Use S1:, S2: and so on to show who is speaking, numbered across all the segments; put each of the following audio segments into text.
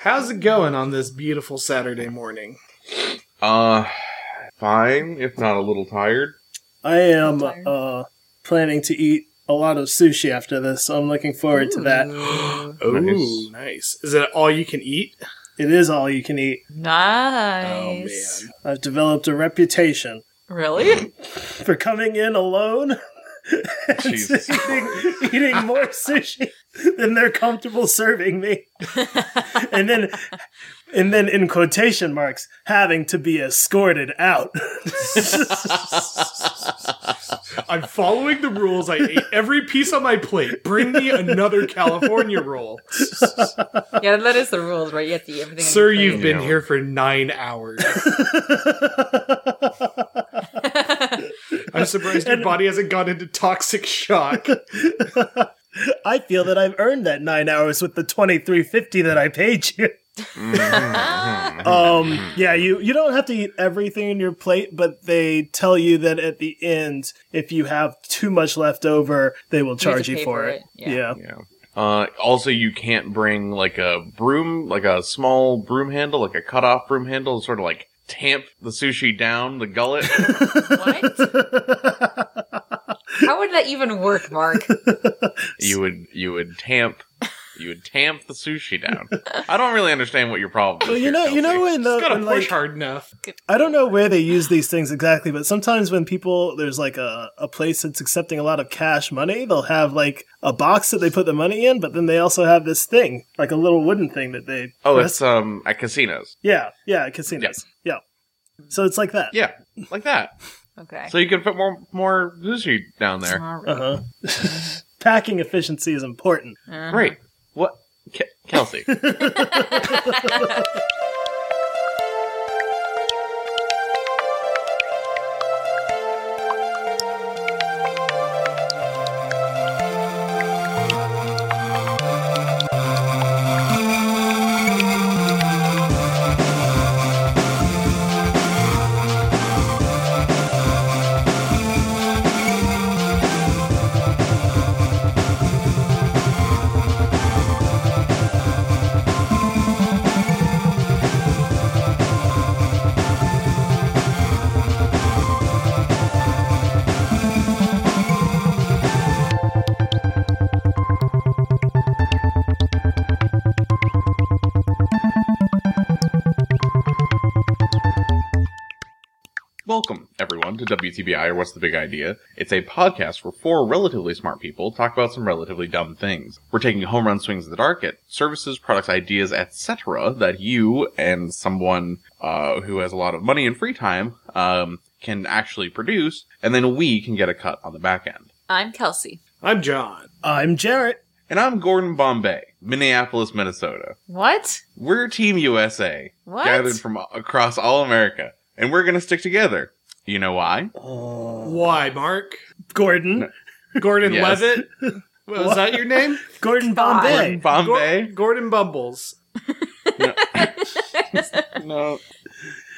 S1: How's it going on this beautiful Saturday morning?
S2: Uh, fine, if not a little tired.
S3: I am
S4: I'm tired.
S3: uh, planning to eat a lot of sushi after this. I'm looking forward to that.
S1: Oh,
S2: Nice.
S1: nice. Is it all you can eat?
S3: It is all you can eat.
S4: Nice.
S3: I've developed a reputation
S4: Really?
S3: for coming in alone and
S2: Jesus.
S3: eating, eating more sushi than they're comfortable serving me. and then and then in quotation marks having to be escorted out.
S1: I'm following the rules. I ate every piece on my plate. Bring me another California roll.
S4: yeah, that is the rules, right? You have to eat everything. on
S1: Sir,
S4: your
S1: you've
S4: plate.
S1: been here for nine hours. I'm surprised your body hasn't gone into toxic shock.
S3: I feel that I've earned that 9 hours with the 2350 that I paid you.
S2: Mm-hmm.
S4: Ah,
S3: um yeah you you don't have to eat everything in your plate but they tell you that at the end if you have too much left over they will
S4: have to
S3: charge you,
S4: pay
S3: for, it, Yeah.
S2: Yeah. Uh, also, you can't bring like a broom, like a small broom handle, like a cut off broom handle, sort of like tamp the sushi down the gullet.
S4: What? How would that even work, Mark?
S2: you would, you would tamp, you would tamp the sushi down. I don't really understand what your problem is.
S3: well you
S2: here,
S3: know you know
S2: Kelsey.
S3: when the
S1: It's gotta
S3: when,
S1: push
S3: like,
S1: hard enough.
S3: I don't know where they use these things exactly, but sometimes when people there's like a, a place that's accepting a lot of cash money, they'll have like a box that they put the money in, but then they also have this thing, like a little wooden thing that they
S2: Oh,
S3: press.
S2: it's um at casinos.
S3: yeah, yeah, casinos. Yeah. So it's like that.
S2: Yeah, like that.
S4: Okay.
S2: So you can put more more sushi down there.
S4: All right.
S3: Uh-huh. Packing efficiency is important.
S2: Right. What, Ke- Kelsey? Welcome, everyone, to WTBI or What's the Big Idea? It's a podcast where four relatively smart people talk about some relatively dumb things. We're taking home run swings in the dark at services, products, ideas, etc. that you and someone uh, who has a lot of money and free time um, can actually produce, and then we can get a cut on the back end.
S4: I'm Kelsey.
S1: I'm John.
S3: I'm Jarrett.
S2: And I'm Gordon Bombay, Minneapolis, Minnesota.
S4: What?
S2: We're Team USA,
S4: What?
S2: gathered from across all America, and we're going to stick together. You know why?
S1: Why, Mark?
S3: Gordon.
S1: Gordon
S2: Yes.
S1: Levitt? Was that your name?
S3: Gordon
S4: God.
S3: Bombay.
S2: Bombay.
S1: Gor- Gordon Bumbles.
S2: No.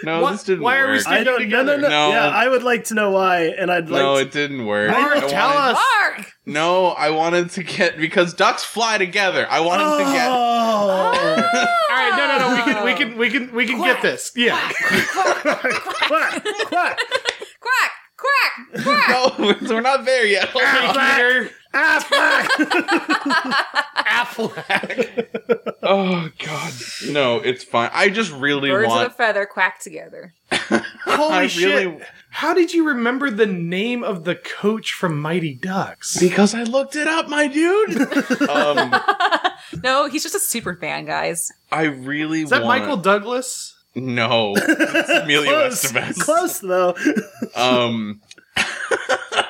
S2: No,
S1: What-
S2: this didn't
S1: why are we
S2: work.
S1: still-
S3: I don't no, no no
S2: No.
S3: Yeah, I would like to know why and I'd like
S2: no,
S3: to-
S2: it didn't work.
S1: Mark,
S2: I
S1: tell
S2: wanted-
S1: us.
S4: Mark.
S2: No, I wanted to get because ducks fly together. I wanted to get
S3: Oh.
S4: Ah!
S1: All right, no, no, no. We can, we can, we can, we can get this. Yeah.
S3: quack, quack.
S4: Quack. Quack. Quack.
S2: No,
S1: Oh.
S2: we're- we're not there yet. Hold on.
S1: Peter
S3: Ah, quack.
S1: Affleck.
S2: Oh god. No, it's fine. I just really
S4: Birds
S2: want
S4: of a feather quack together.
S1: Holy
S2: I really
S1: shit! How did you remember the name of the coach from Mighty Ducks?
S2: because I looked it up, my dude. um
S4: No, he's just a super fan, guys.
S2: I really
S1: Is that
S2: want
S1: Michael Douglas?
S2: No. It's Emilio
S3: Close.
S2: Estevez.
S3: Close though.
S2: um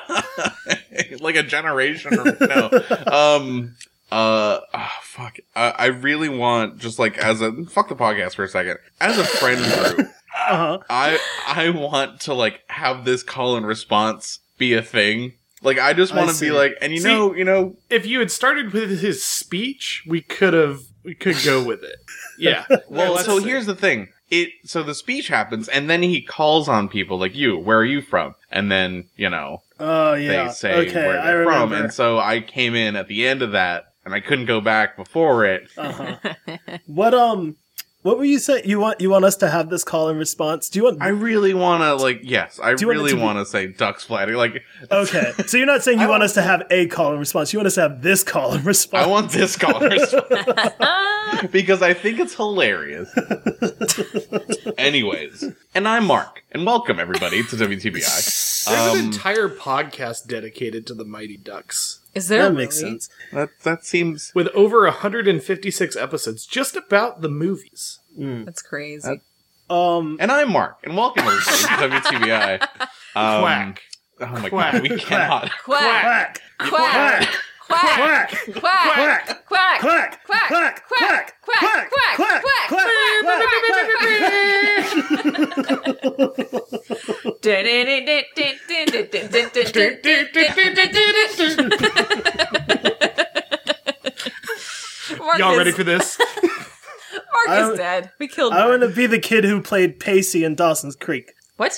S2: like a generation or no um uh ah, fuck I, I really want just like as a fuck the podcast for a second as a friend group
S3: Uh-huh.
S2: i i want to like have this call and response be a thing like i just
S3: I
S2: want to
S3: see.
S2: be like and you
S1: See-
S2: know you know
S1: If you had started with his speech, we could have we could go with it. Yeah.
S2: Well,
S1: Yeah,
S2: so
S1: let's-
S2: here's the thing. It so the speech happens, and then he calls on people like you. Where are you from? And then you know
S3: Oh
S2: they
S3: yeah.
S2: say
S3: okay,
S2: where
S3: I
S2: they're from,
S3: remember.
S2: and so I came in at the end of that, and I couldn't go back before it.
S3: Uh-huh. what um What were you saying? You want you want us to have this call and response? Do you want?
S2: I really want to like yes, I
S3: Do you want it
S2: really
S3: to be-
S2: want to say ducks flatting. Like
S3: okay, so you're not saying you want us to have a call and response. You want us to have this call and response.
S2: I want this colors
S4: Ah,
S2: because I think it's hilarious. Anyways, and I'm Mark, and welcome everybody to WTBI.
S1: There's
S2: Um,
S1: an entire podcast dedicated to the Mighty Ducks
S4: is
S3: that
S4: there?
S3: makes
S4: really?
S3: sense.
S2: That that seems
S1: with over 156 episodes just about the movies.
S4: That's
S1: Uh,
S4: crazy.
S3: Um,
S2: And I'm Mark, and welcome everybody to WTBI. Um,
S1: Quack.
S2: Oh my
S1: Quack.
S2: god, we cannot.
S4: quack,
S3: quack,
S4: quack, quack,
S3: quack,
S4: quack, quack, quack,
S3: quack,
S4: quack,
S3: quack, quack,
S4: quack, quack,
S3: quack,
S4: quack,
S3: quack, quack,
S4: Mark
S1: Y'all
S4: is-
S1: ready for this?
S4: Mark
S3: I-
S4: is dead. We killed
S3: I
S4: him.
S3: want to be the kid who played Pacey in Dawson's Creek.
S4: What?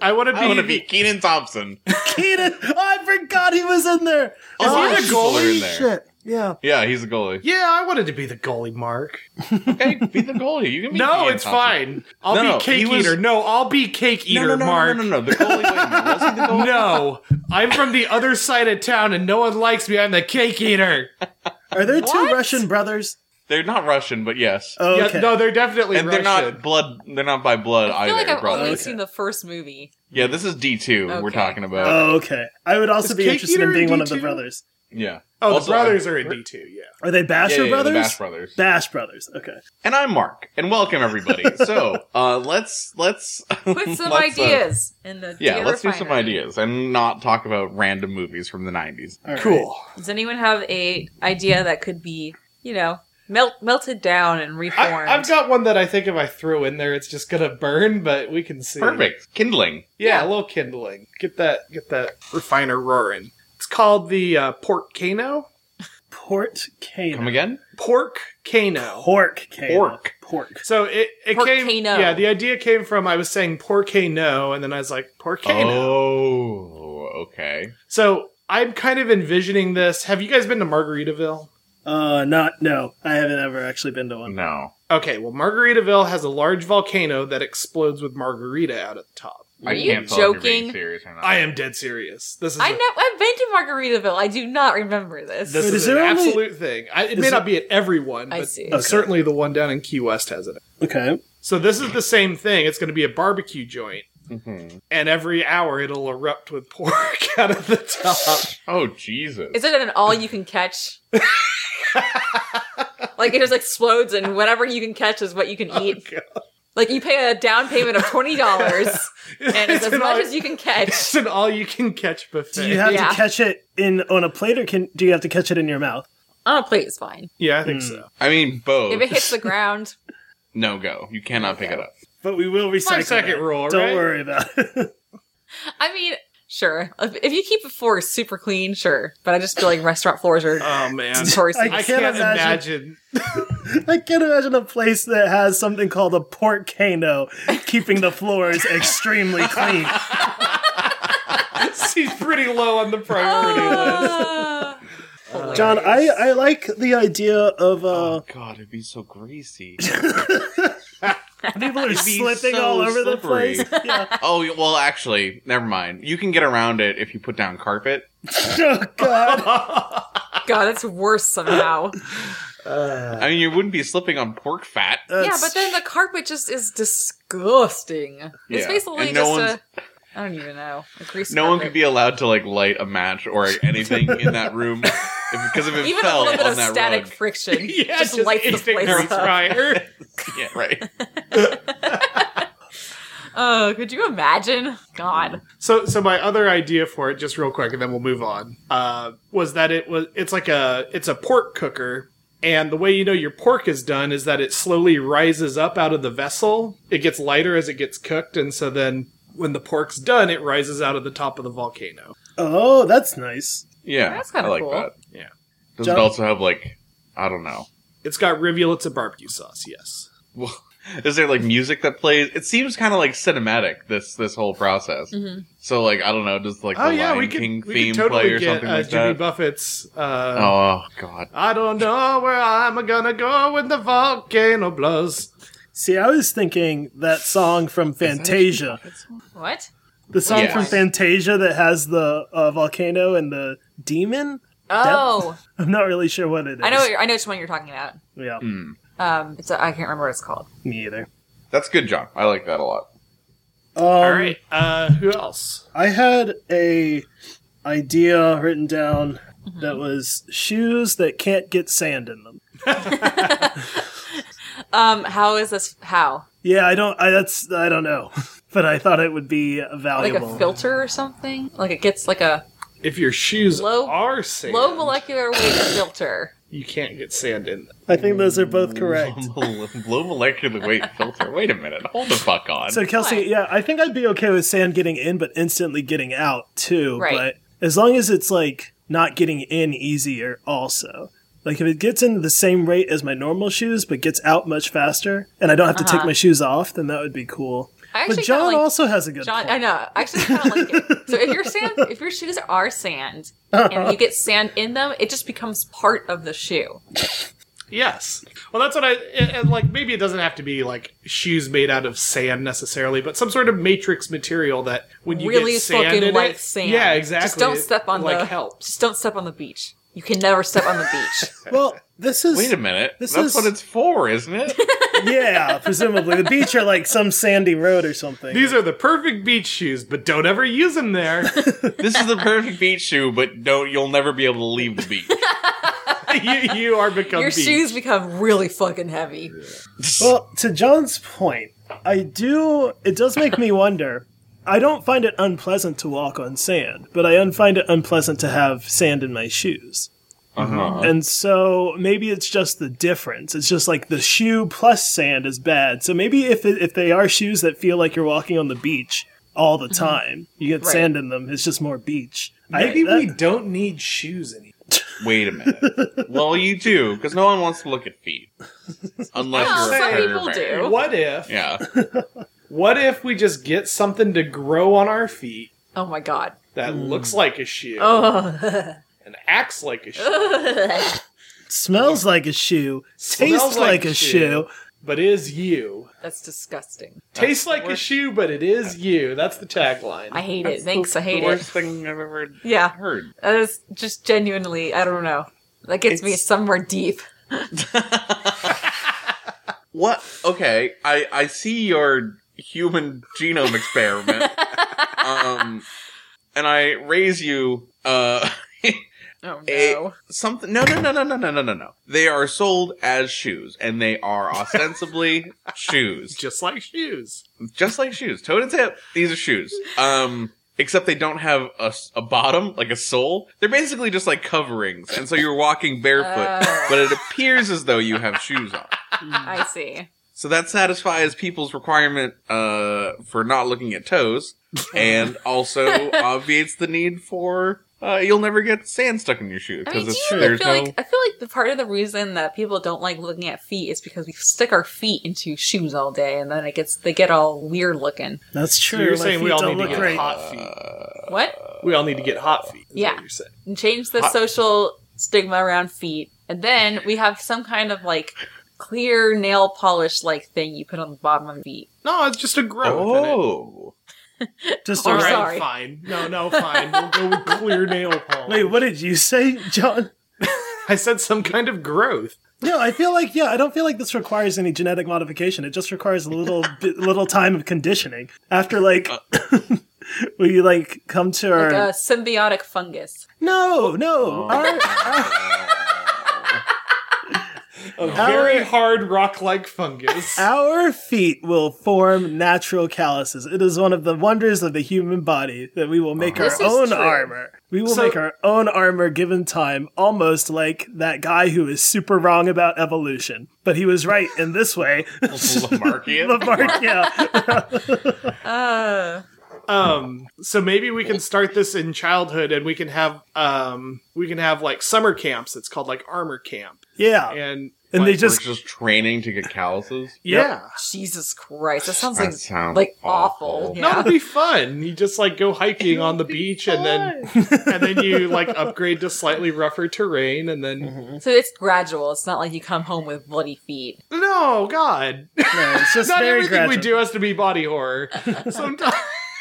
S1: I want to be.
S2: I want to be
S1: the-
S2: Keenan Thompson.
S3: Keenan, oh, I forgot he was in there. Oh,
S2: A
S1: Is
S2: lot
S1: he
S2: of
S1: the
S2: people are in
S1: goalie?
S2: there.
S3: Shit. Yeah.
S2: Yeah, he's a goalie.
S1: Yeah, I wanted to be the goalie, Mark.
S2: Okay, be the goalie. You can be
S1: No,
S2: Keenan
S1: it's
S2: Thompson.
S1: fine. I'll
S2: No,
S1: be
S2: no, he
S1: cake
S2: was-
S1: eater. No, I'll be cake
S2: No,
S1: eater,
S2: no, no,
S1: Mark.
S2: no, no, no, no. The goalie. Wait a minute. Wasn't the goalie?
S1: No, I'm from the other side of town and no one likes me. I'm the cake eater.
S3: Are there two
S4: What?
S3: Russian brothers?
S2: They're not Russian, but yes.
S3: Oh, okay.
S1: Yeah, no, they're definitely
S2: and they're
S1: Russian.
S2: not blood. They're not by blood
S4: I feel
S2: either.
S4: like I've
S2: probably.
S4: only
S3: Okay.
S4: seen the first movie.
S2: Yeah, this is D two we're
S4: Okay.
S2: talking about.
S3: oh, okay. I would also
S1: Is
S3: be
S1: Cake
S3: interested
S1: Eater
S3: in being
S1: in
S3: one of the
S1: D2?
S3: brothers.
S2: yeah.
S1: Oh,
S2: Also,
S1: the brothers
S2: I-
S1: are in D two. Yeah.
S3: Are they
S2: Yeah,
S3: Basher
S2: yeah, yeah, the
S3: brothers?
S2: Bash brothers.
S3: Bash brothers. Okay.
S2: And I'm Mark, and welcome everybody. so uh, let's let's
S4: Put some
S2: let's, uh,
S4: ideas in the
S2: yeah,
S4: dear
S2: let's do some
S4: finder.
S2: ideas and not talk about random movies from the '90s.
S3: All right.
S1: Cool.
S4: Does anyone have a idea that could be, you know, melt melted down and
S1: I,
S4: reformed?
S1: I've got one that I think if I throw in there, it's just gonna burn, but we can see.
S2: Perfect kindling.
S1: Yeah, a
S4: Yeah.
S1: little kindling. Get that, get that refiner roaring. It's called the uh, Pork Cano.
S3: Port Cano.
S2: Come again?
S1: Pork Cano.
S3: Pork Cano.
S2: Pork.
S3: Pork.
S1: So it, it
S4: Pork
S1: came.
S4: Cano.
S1: Yeah, the idea came from I was saying Pork Cano, and then I was like Pork Cano.
S2: Oh, okay.
S1: So I'm kind of envisioning this. Have you guys been to Margaritaville?
S3: Uh, not, no. I haven't ever actually been to one.
S2: No,
S1: Okay, well Margaritaville has a large volcano that explodes with margarita out at the top.
S4: Are
S2: I
S4: you
S2: can't tell if you're being
S4: joking?
S2: serious or not.
S1: I am dead serious. This is
S4: I
S1: a-
S4: know I've been to Margaritaville. I do not remember this.
S1: This is,
S3: Wait, is
S1: an
S3: there only-
S1: absolute thing. I, it
S3: is
S1: may
S3: it-
S1: not be at everyone,
S4: I
S1: but
S4: see.
S3: Okay.
S1: certainly the one down in Key West has it.
S3: Okay.
S1: So this is the same thing. It's going to be a barbecue joint,
S2: Mhm.
S1: and every hour it'll erupt with pork out of the top.
S2: Oh Jesus!
S4: Is it an all you can catch? like it just explodes and whatever you can catch is what you can eat. like you pay a down payment of twenty dollars and it's, as
S1: an
S4: much
S1: all,
S4: as you can catch.
S1: It's an all-you-can-catch buffet.
S3: Do you have
S4: Yeah.
S3: to catch it in on a plate, or can do you have to catch it in your mouth?
S4: On a plate is fine.
S1: yeah, I think so.
S2: I mean, both.
S4: If it hits the ground,
S2: no go. You cannot pick it up.
S3: But we will recycle.
S1: Five second
S3: that.
S1: rule,
S3: Don't
S1: right?
S3: worry about it.
S4: I mean, sure. If, if you keep the floor super clean, sure. But I just feel like restaurant floors are
S1: Oh man,
S4: notorious.
S1: I
S3: I
S1: can't
S3: can't
S1: imagine.
S3: I can't imagine a place that has something called a portcano keeping the floors extremely clean.
S1: She's pretty low on the priority
S4: Oh.
S1: list.
S4: Ah.
S3: John, I, I like the idea of uh,
S2: oh God, it'd be so greasy.
S3: people are
S2: It'd be
S3: slipping
S2: so
S3: all over
S2: slippery.
S3: the place. Yeah.
S2: oh y- well, actually, never mind. You can get around it if you put down carpet.
S3: Oh God.
S4: God, that's worse somehow.
S1: Uh,
S2: I mean, you wouldn't be slipping on pork fat.
S4: yeah, but then the carpet just is disgusting. It's
S2: Yeah,
S4: basically
S2: and no
S4: just a. I don't even know. A grease
S2: No one
S4: carpet.
S2: could be allowed to like light a match or anything in that room if, because if it
S4: even a
S2: fell
S4: little bit
S2: on
S4: of
S2: that
S4: static
S2: rug.
S4: friction.
S1: yeah,
S4: just, lights the
S1: instant
S4: place
S1: grease
S4: up.
S1: fire.
S2: yeah, right.
S4: Oh, could you imagine? God,
S1: So, so my other idea for it, just real quick, and then we'll move on, uh, was that it was it's like a it's a pork cooker, and the way you know your pork is done is that it slowly rises up out of the vessel. It gets lighter as it gets cooked, and so then when the pork's done, it rises out of the top of the volcano.
S3: Oh, that's nice.
S2: Yeah,
S4: That's kinda
S2: I like
S4: cool.
S2: that.
S1: Yeah,
S2: Does
S3: John-
S2: it also have like I don't know?
S1: it's got rivulets of barbecue sauce. Yes,
S2: Well, Is there like music that plays? It seems kind of like cinematic. This this whole process.
S4: Mm-hmm.
S2: So like I don't know, does like the
S1: oh yeah,
S2: Lion
S1: we could,
S2: King
S1: we
S2: theme
S1: could totally
S2: play or
S1: get
S2: something
S1: uh,
S2: like
S1: Jimmy
S2: that?
S1: Buffett's. Uh,
S2: oh god,
S1: I don't know where I'm gonna go when the volcano blows.
S3: See, I was thinking that song from Fantasia.
S4: What?
S3: The song
S2: Yes.
S3: from Fantasia that has the uh, volcano and the demon?
S4: Oh,
S3: I'm not really sure what it is.
S4: I know. what you're- I know which one you're talking about.
S3: Yeah,
S4: Um, it's I I can't remember what it's called.
S3: me either.
S2: that's good, John. I like that a lot.
S3: Um,
S1: All right, uh, who else?
S3: I had a idea written down
S4: Mm-hmm.
S3: that was shoes that can't get sand in them.
S4: Um, how is this? How
S3: Yeah, I don't. I, that's I don't know, but I thought it would be
S4: like
S3: valuable.
S4: a filter or something? Like it gets like a
S1: If your shoes
S4: Low-
S1: are sand,
S4: low molecular weight filter.
S1: you can't get sand in them.
S3: I think those are both correct.
S2: Low molecular weight filter. Wait a minute, hold the fuck on.
S3: So Kelsey,
S4: Fine.
S3: yeah, I think I'd be okay with sand getting in, but instantly getting out too.
S4: Right.
S3: But as long as it's like not getting in easier, also. Like if it gets in the same rate as my normal shoes, but gets out much faster, and I don't have to take my shoes off, then that would be cool.
S4: Uh-huh. I actually
S3: But John
S4: kinda like,
S3: also has a good
S4: John,
S3: point.
S4: I know. I Actually, kind of like it. So if your sand, if your shoes are sand and you get sand in them, it just becomes part of the shoe.
S1: Yes. Well, that's what I and, and like. Maybe it doesn't have to be like shoes made out of sand necessarily, but some sort of matrix material that when you
S4: really
S1: get sand
S4: fucking
S1: in
S4: like
S1: it,
S4: sand.
S1: Yeah, exactly.
S4: Just don't
S1: It,
S4: step on
S1: like
S4: the
S1: helps.
S4: Just don't step on the beach. You can never step on the beach.
S3: well, this is
S2: Wait a minute,
S3: This
S2: that's
S3: is-
S2: what it's for, isn't it?
S3: yeah, presumably the beach or like some sandy road or something.
S1: These are the perfect beach shoes, but don't ever use them there.
S2: this is the perfect beach shoe, but don't you'll never be able to leave the beach.
S1: you, you are become
S4: Your
S1: beach.
S4: shoes become really fucking heavy.
S3: Well, to John's point, I do. It does make me wonder. I don't find it unpleasant to walk on sand, but I un- find it unpleasant to have sand in my shoes.
S2: Uh-huh.
S3: And so maybe it's just the difference. It's just like the shoe plus sand is bad. So maybe if it, if they are shoes that feel like you're walking on the beach all the time, you get
S4: Right.
S3: sand in them. It's just more beach. I-
S5: Maybe
S3: that-
S5: we don't need shoes anymore.
S2: Wait a minute. well, you do, because no one wants to look at feet, unless
S4: Well,
S2: you're a
S4: some
S2: predator
S4: people
S2: bear.
S4: do.
S1: What if?
S2: Yeah.
S1: What if we just get something to grow on our feet
S4: Oh my god.
S1: that looks like a shoe
S4: Oh.
S1: and acts like a shoe,
S3: smells like a shoe,
S1: Smells
S3: tastes like, a shoe.
S1: but is you?
S4: That's disgusting.
S1: Tastes like a shoe, but it is you. That's the tagline.
S4: I hate it. Thanks. I hate
S2: the
S4: it.
S2: worst thing I've ever
S4: Yeah.
S2: heard.
S4: That is just genuinely, I don't know. That gets me
S2: It's-
S4: somewhere deep.
S2: What? Okay, I I see your human genome experiment, um, and I raise you uh
S4: Oh no.
S2: a something. No, no, no, no, no, no, no, no, no. They are sold as shoes, and they are ostensibly shoes.
S1: Just like shoes.
S2: just like shoes, toe to tip. These are shoes. Um, except they don't have a, s- a bottom, like a sole. They're basically just like coverings, and so you're walking barefoot,
S4: Oh.
S2: but it appears as though you have shoes on.
S4: I see.
S2: So that satisfies people's requirement uh, for not looking at toes, and also obviates the need for uh, you'll never get sand stuck in your shoe
S4: I
S2: because
S4: mean, do
S2: it's
S4: you
S2: there's
S4: feel
S2: no.
S4: like I feel like the part of the reason that people don't like looking at feet is because we stick our feet into shoes all day, and then it gets they get all weird looking.
S3: That's true.
S1: So you're
S3: My
S1: saying we
S3: feet
S1: all
S3: don't
S1: need to
S3: look
S1: get
S3: great.
S2: uh,
S1: hot feet.
S4: What?
S1: Uh, We all need to get hot feet. Is
S4: Yeah.
S1: What you're saying.
S4: And change the
S2: I-
S4: social stigma around feet, and then we have some kind of like clear nail polish like thing you put on the bottom of the feet.
S1: No, it's just a growth. in it.
S2: Oh,
S3: Just
S4: I'm
S1: All
S3: a
S1: right,
S4: sorry.
S1: fine. No, no, fine. We'll go with clear nail polish.
S3: Wait, what did you say, John?
S1: I said some kind of growth.
S3: No, I feel like yeah, I don't feel like this requires any genetic modification. It just requires a little bit, little time of conditioning. After like, will you like come to our?
S4: Like a symbiotic fungus.
S3: no, no, our,
S1: A very
S3: Our-
S1: hard rock-like fungus.
S3: our feet will form natural calluses. It is one of the wonders of the human body that we will make our
S4: This is
S3: own
S4: true.
S3: armor. We will
S1: So-
S3: make our own armor given time, almost like that guy who is super wrong about evolution, but he was right in this way.
S2: Lamarckian.
S3: Lamarck, yeah.
S4: Uh,
S1: Um, so maybe we can start this in childhood, and we can have um, we can have like summer camps. It's called like armor camp,
S3: Yeah.
S1: and
S3: And
S2: Like,
S3: they just
S2: we're just training to get calluses.
S1: Yeah.
S4: Jesus Christ, that sounds like
S2: That sounds
S4: like awful.
S2: awful.
S1: No,
S4: Yeah.
S1: it'd be fun. You just like go hiking on the beach and then and then you like upgrade to slightly rougher terrain and
S3: Mm-hmm.
S1: then
S4: so it's gradual. It's not like you come home with bloody feet.
S1: No, God.
S3: no, it's just
S1: Not
S3: very
S1: everything
S3: gradual.
S1: we do has to be body horror. Sometimes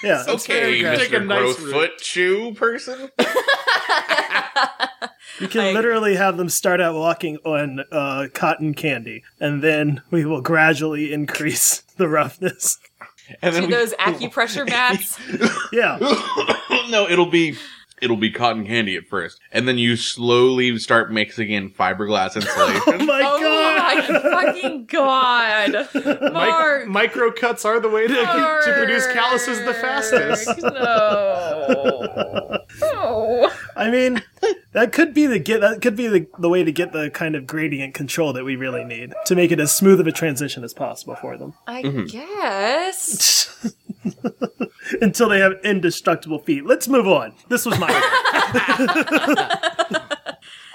S3: Yeah,
S1: so-
S2: Okay,
S1: Let's take a
S2: Mr.
S1: nice
S2: Growth
S1: route.
S2: Foot Shoe person.
S3: you can
S4: I-
S3: literally have them start out walking on uh, cotton candy, and then we will gradually increase the roughness.
S2: And
S4: Do
S2: we-
S4: those acupressure mats?
S3: Yeah, Oh
S2: no, it'll be it'll be cotton candy at first, and then you slowly start mixing in fiberglass
S3: oh
S2: insulation.
S3: my
S4: oh
S3: god.
S4: my fucking god, Mark!
S1: mic- micro cuts are the way to, to produce calluses the fastest.
S4: Mark, No. no.
S3: I mean, that could be the get that could be the, the way to get the kind of gradient control that we really need to make it as smooth of a transition as possible for them.
S4: I
S1: Mm-hmm.
S4: guess.
S3: Until they have indestructible feet. Let's move on. This was my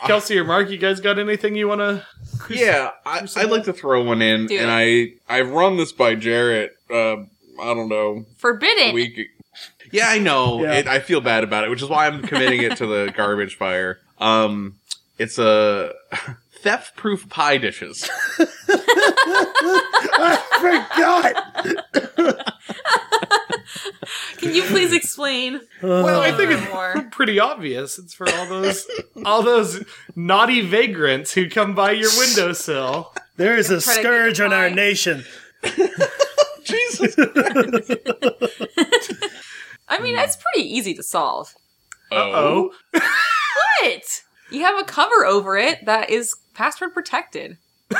S1: Kelsey or Mark, you guys got anything you want to?
S2: yeah, I, I'd like to throw one in,
S4: Do
S2: and I I run this by Jarrett. Uh, I don't know
S4: Forbidden.
S2: week. Yeah, I know.
S3: Yeah.
S2: It, I feel bad about it, which is why I'm committing it to the garbage fire. Um, it's a theft-proof pie dishes.
S3: I
S4: Can you please explain?
S3: forgot.
S1: Well,
S3: Uh,
S1: I think
S4: More.
S1: it's pretty obvious. It's for all those all those naughty vagrants who come by your windowsill.
S3: there is a
S4: try to get
S3: scourge on our
S4: by.
S3: nation.
S2: Jesus.
S4: I
S1: Hmm.
S4: mean, that's pretty easy to solve.
S2: Oh,
S1: Oh,
S4: What? You have a cover over it that is password protected.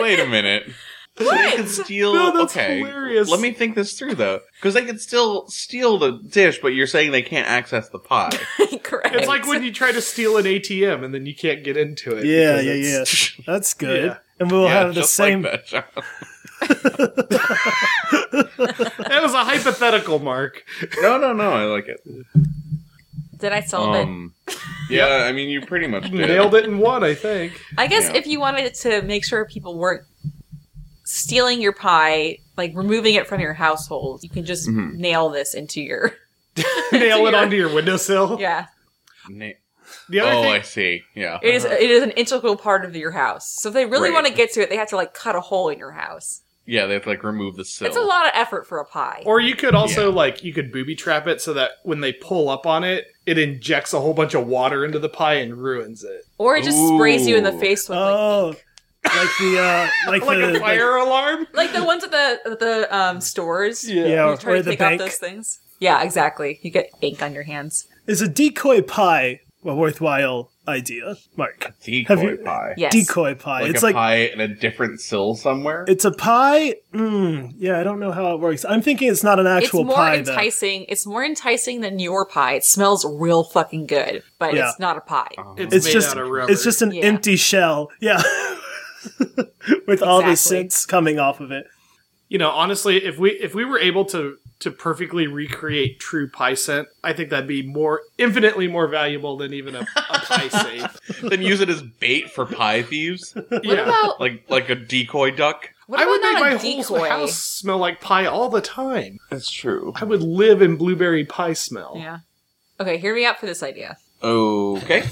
S2: wait a minute. So they could steal.
S1: No, that's
S2: okay,
S1: hilarious.
S2: let me think this through though, because they could still steal the dish, but you're saying they can't access the pie.
S4: Correct.
S1: it's like when you try to steal an ATM and then you can't get into it.
S3: Yeah,
S1: because
S3: yeah, yeah.
S1: it's-
S3: That's good.
S1: Yeah.
S3: And we'll
S2: Yeah,
S3: have the
S2: just
S3: same
S2: Like that, John.
S1: That was a hypothetical, Mark.
S2: no, no, no. I like it.
S4: Did I solve it?
S2: Um, yeah, I mean, you pretty much did.
S1: Nailed it in one, I think.
S4: I guess
S2: yeah.
S4: if you wanted to make sure people weren't stealing your pie, like removing it from your household, you can just
S2: Mhm.
S4: nail this into your
S1: Nail it
S4: your-
S1: onto your
S3: Oh.
S1: windowsill.
S4: yeah.
S2: Na-
S1: The other
S2: oh,
S1: thing,
S2: I see. Yeah.
S4: It is it is an integral part of your house. So if they
S2: Uh-huh.
S4: really
S2: Right.
S4: want to get to it, they have to like cut a hole in your house.
S2: Yeah, they have to like remove the sill.
S4: It's a lot of effort for a pie.
S1: Or you could also
S2: Yeah.
S1: like you could booby trap it so that when they pull up on it, it injects a whole bunch of water into the pie and ruins it.
S4: Or it just sprays you in the
S2: Ooh.
S4: face with like,
S3: Oh, like the uh, like,
S1: Like
S3: the
S1: a fire alarm?
S4: like the ones at the the um, stores.
S3: like- yeah,
S4: you
S3: or,
S4: try to
S3: the
S4: take
S3: bank
S4: off those things. Yeah, exactly. You get ink on your hands.
S3: is a decoy pie a worthwhile idea, Mark?
S2: decoy
S3: Have you-
S2: pie.
S4: Yes.
S3: Decoy pie.
S2: Like
S3: it's
S2: a
S3: like
S2: pie in a different sill somewhere.
S3: it's a pie. Mm, yeah, I don't know how it works. I'm thinking it's not an
S4: It's
S3: actual
S4: more
S3: pie
S4: enticing. It's more enticing than your pie. It smells real fucking good, but
S3: Yeah.
S4: it's not a pie.
S1: It's,
S3: though. It's
S1: made
S3: just
S1: out of rubber.
S3: it's just an
S4: Yeah.
S3: empty shell. Yeah. With all the
S4: Exactly.
S3: scents coming off of it.
S1: you know, honestly, if we if we were able to to perfectly recreate true pie scent, I think that'd be more infinitely more valuable than even a, a pie safe.
S2: then use it as bait for pie thieves,
S4: What
S1: Yeah.
S4: about
S2: like like a decoy duck.
S4: what
S1: I
S4: about
S1: would make
S4: not
S1: my
S4: a
S1: whole
S4: decoy?
S1: house smell like pie all the time.
S2: That's true.
S1: I would live in blueberry pie smell.
S4: Yeah. Okay, hear me out for this idea.
S2: Okay.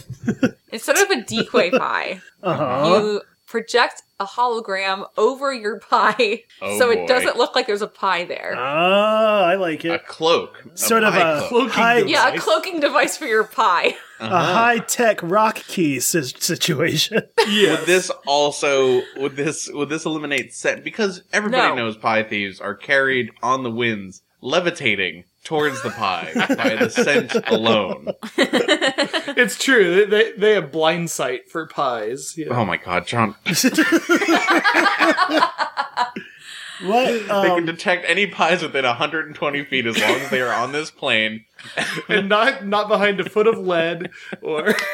S4: Instead of a decoy pie,
S3: Uh-huh.
S4: you project a hologram over your pie,
S2: Oh,
S4: so
S2: boy.
S4: it doesn't look like there's a pie there.
S3: Ah, I like
S2: A
S3: it.
S2: cloak. A
S3: Sort of
S2: pie
S3: a
S2: cloak.
S1: Cloaking
S3: high,
S1: device.
S4: yeah, a
S1: nice.
S4: cloaking device for your pie.
S3: a
S2: Uh-huh.
S3: high tech rock key si- situation.
S2: Would this also would this would this eliminate set because everybody
S4: No.
S2: knows pie thieves are carried on the winds, levitating towards the pie by the scent alone.
S1: It's true. They, they they have blind sight for pies. Yeah.
S2: Oh my god, John!
S3: what?
S2: They can
S3: Um,
S2: detect any pies within 120 feet as long as they are on this plane.
S1: and not not behind a foot of lead or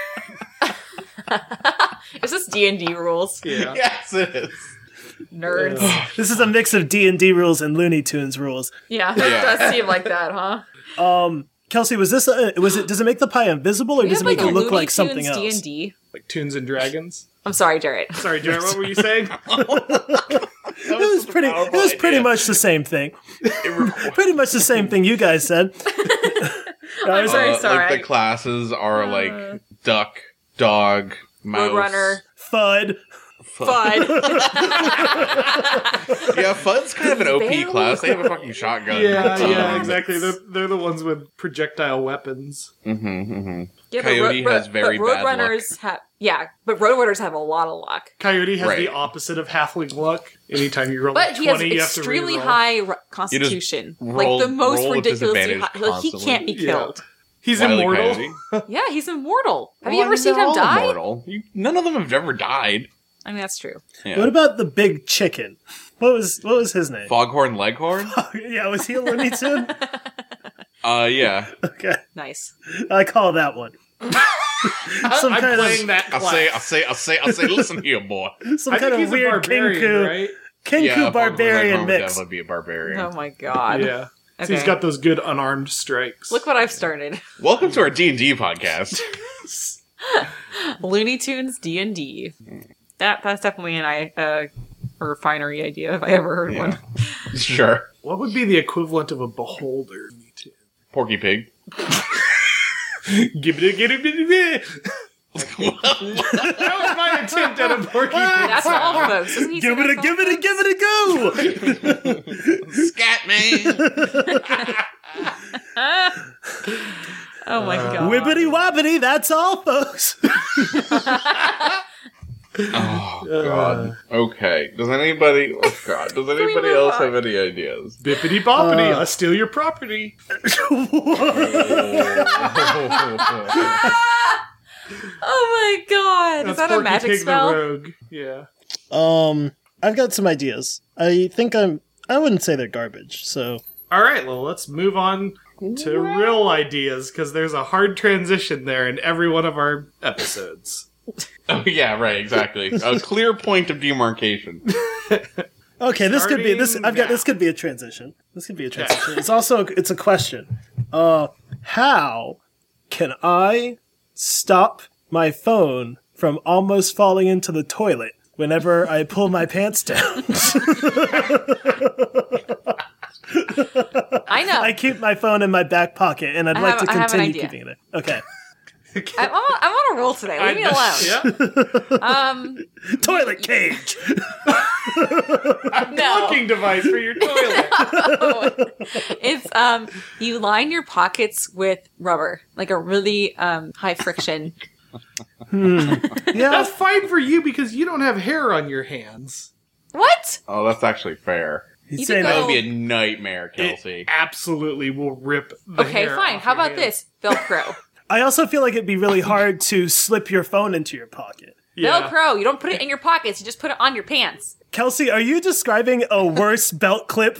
S4: Is this D and D rules,
S1: yeah.
S2: Yes, it is.
S4: nerds?
S3: this is a mix of D and D rules and Looney Tunes rules.
S4: Yeah, it
S2: Yeah.
S4: does seem like that, huh?
S3: Um, Kelsey, was this? A, was it? Does it make the pie invisible, or
S4: We
S3: does
S4: have,
S3: it make
S4: a
S3: it look
S4: Looney
S3: like something
S4: Tunes
S3: else?
S4: D&D.
S1: Like Tunes and Dragons.
S4: I'm sorry, Jarrett.
S1: Sorry, Jared, what were you saying?
S3: It was
S2: such a
S3: pretty. It
S2: powerful
S3: was pretty
S2: idea.
S3: much the same thing.
S2: It requires-
S3: Pretty much the same thing you guys said. I
S4: I'm
S3: was-
S4: sorry,
S2: uh, Like
S4: sorry.
S2: the classes are
S4: Uh.
S2: like duck, dog, mouse,
S4: Roadrunner,
S3: Fud.
S4: Fud.
S2: Yeah, Fud's kind of an
S4: Barely.
S2: OP class. They have a fucking shotgun.
S1: yeah, yeah,
S2: Um,
S1: exactly. They're, they're the ones with projectile weapons.
S2: mhm, mhm.
S4: Yeah,
S2: Coyote
S4: but Ro- Ro-
S2: has very
S4: but
S2: bad luck.
S4: Roadrunners have yeah, but Roadrunners have a lot of luck.
S1: Coyote has the
S2: Right.
S1: opposite of halfling luck. Anytime you roll a
S4: But he has
S1: 20, Oh, you have to
S4: extremely
S1: reroll.
S4: high r- constitution,
S2: roll-
S4: like the most
S2: roll at
S4: ridiculously high.
S2: disadvantage
S4: Like, he
S2: constantly.
S4: can't be
S1: Yeah.
S4: killed.
S1: He's
S2: Wile E.
S1: immortal.
S2: Coyote.
S4: Yeah, he's immortal. Have
S2: Well,
S4: you
S2: I
S4: ever
S2: mean,
S4: seen
S2: they're
S4: him
S2: all
S4: die?
S2: immortal. You- none of them have ever died.
S4: I mean, that's true.
S2: Yeah.
S3: What about the big chicken? What was what was his name?
S2: Foghorn Leghorn?
S3: yeah, was he a Looney Tune?
S2: uh, yeah.
S3: Okay,
S4: Nice.
S3: I call that one. some
S1: I'm
S3: kind
S1: playing
S3: of
S1: that
S2: I
S1: class.
S2: say, I say, I say, I say. Listen here, boy.
S3: some
S1: I think
S3: kind of
S1: he's a
S3: weird
S1: barbarian,
S3: kinku
S1: right?
S3: kinku
S2: yeah, Foghorn
S3: barbarian
S2: Leghorn would
S3: mix.
S2: Definitely be a barbarian.
S4: Oh my god.
S1: Yeah. So he's
S4: Okay.
S1: got those good unarmed strikes.
S4: Look what I've started.
S2: Welcome to our D and D podcast.
S4: Looney Tunes D and D. That that's definitely an I uh, a refinery idea if I ever heard
S2: Yeah.
S4: one.
S2: sure,
S1: What would be the equivalent of a beholder?
S2: Porky Pig.
S1: Give it, a- give it, a- give it. a- That was my attempt at a porky. pig.
S4: That's all, folks. Isn't he
S3: Give
S4: saying
S3: it a
S4: that's
S3: give
S4: all,
S3: it a
S4: folks?
S3: give it a go.
S2: Scat man.
S4: Oh my god.
S3: Wibbity wobbity. That's all, folks.
S2: Oh God. Okay. Does anybody? Oh God. Does anybody
S4: move
S2: else
S4: on?
S2: have any ideas?
S1: Bippity boppity, I steal your property.
S4: Oh my god. Is that a
S1: Porky
S4: magic
S1: Pig
S4: spell?
S1: The rogue. Yeah.
S3: um, I've got some ideas. I think I'm. I wouldn't say they're garbage. So
S1: All right, well, let's move on to real ideas because there's a hard transition there in every one of our episodes.
S2: oh yeah. Right. Exactly. A clear point of demarcation.
S3: okay, this could be this.
S1: Starting
S3: I've got
S1: now.
S3: this could be a transition. This could be a transition. it's also a, it's a question. Uh, how can I stop my phone from almost falling into the toilet whenever I pull my pants down?
S4: I know.
S3: I keep my phone in my back pocket, and I'd
S4: I
S3: like
S4: have-
S3: to
S4: I have an
S3: continue
S4: idea.
S3: keeping it there. Okay,
S4: I'm, on, I'm on a roll today. Leave me alone.
S1: Yeah.
S4: Um,
S3: toilet cage.
S4: no.
S1: Locking device for your toilet.
S4: it's um you line your pockets with rubber like a really um high friction
S3: yeah,
S1: That's fine for you because you don't have hair on your hands.
S4: what
S2: Oh, that's actually fair.
S3: he's
S4: You
S3: saying
S4: didn't
S2: That
S3: that.
S2: would be a nightmare, Kelsey.
S1: It absolutely will rip the
S4: okay
S1: hair
S4: fine
S1: off
S4: how
S1: your
S4: about
S1: hand.
S4: this velcro
S3: I also feel like it'd be really hard to slip your phone into your pocket.
S1: Yeah.
S4: velcro you don't put it in your pockets you just put it on your pants
S3: Kelsey, are you describing a worse belt clip?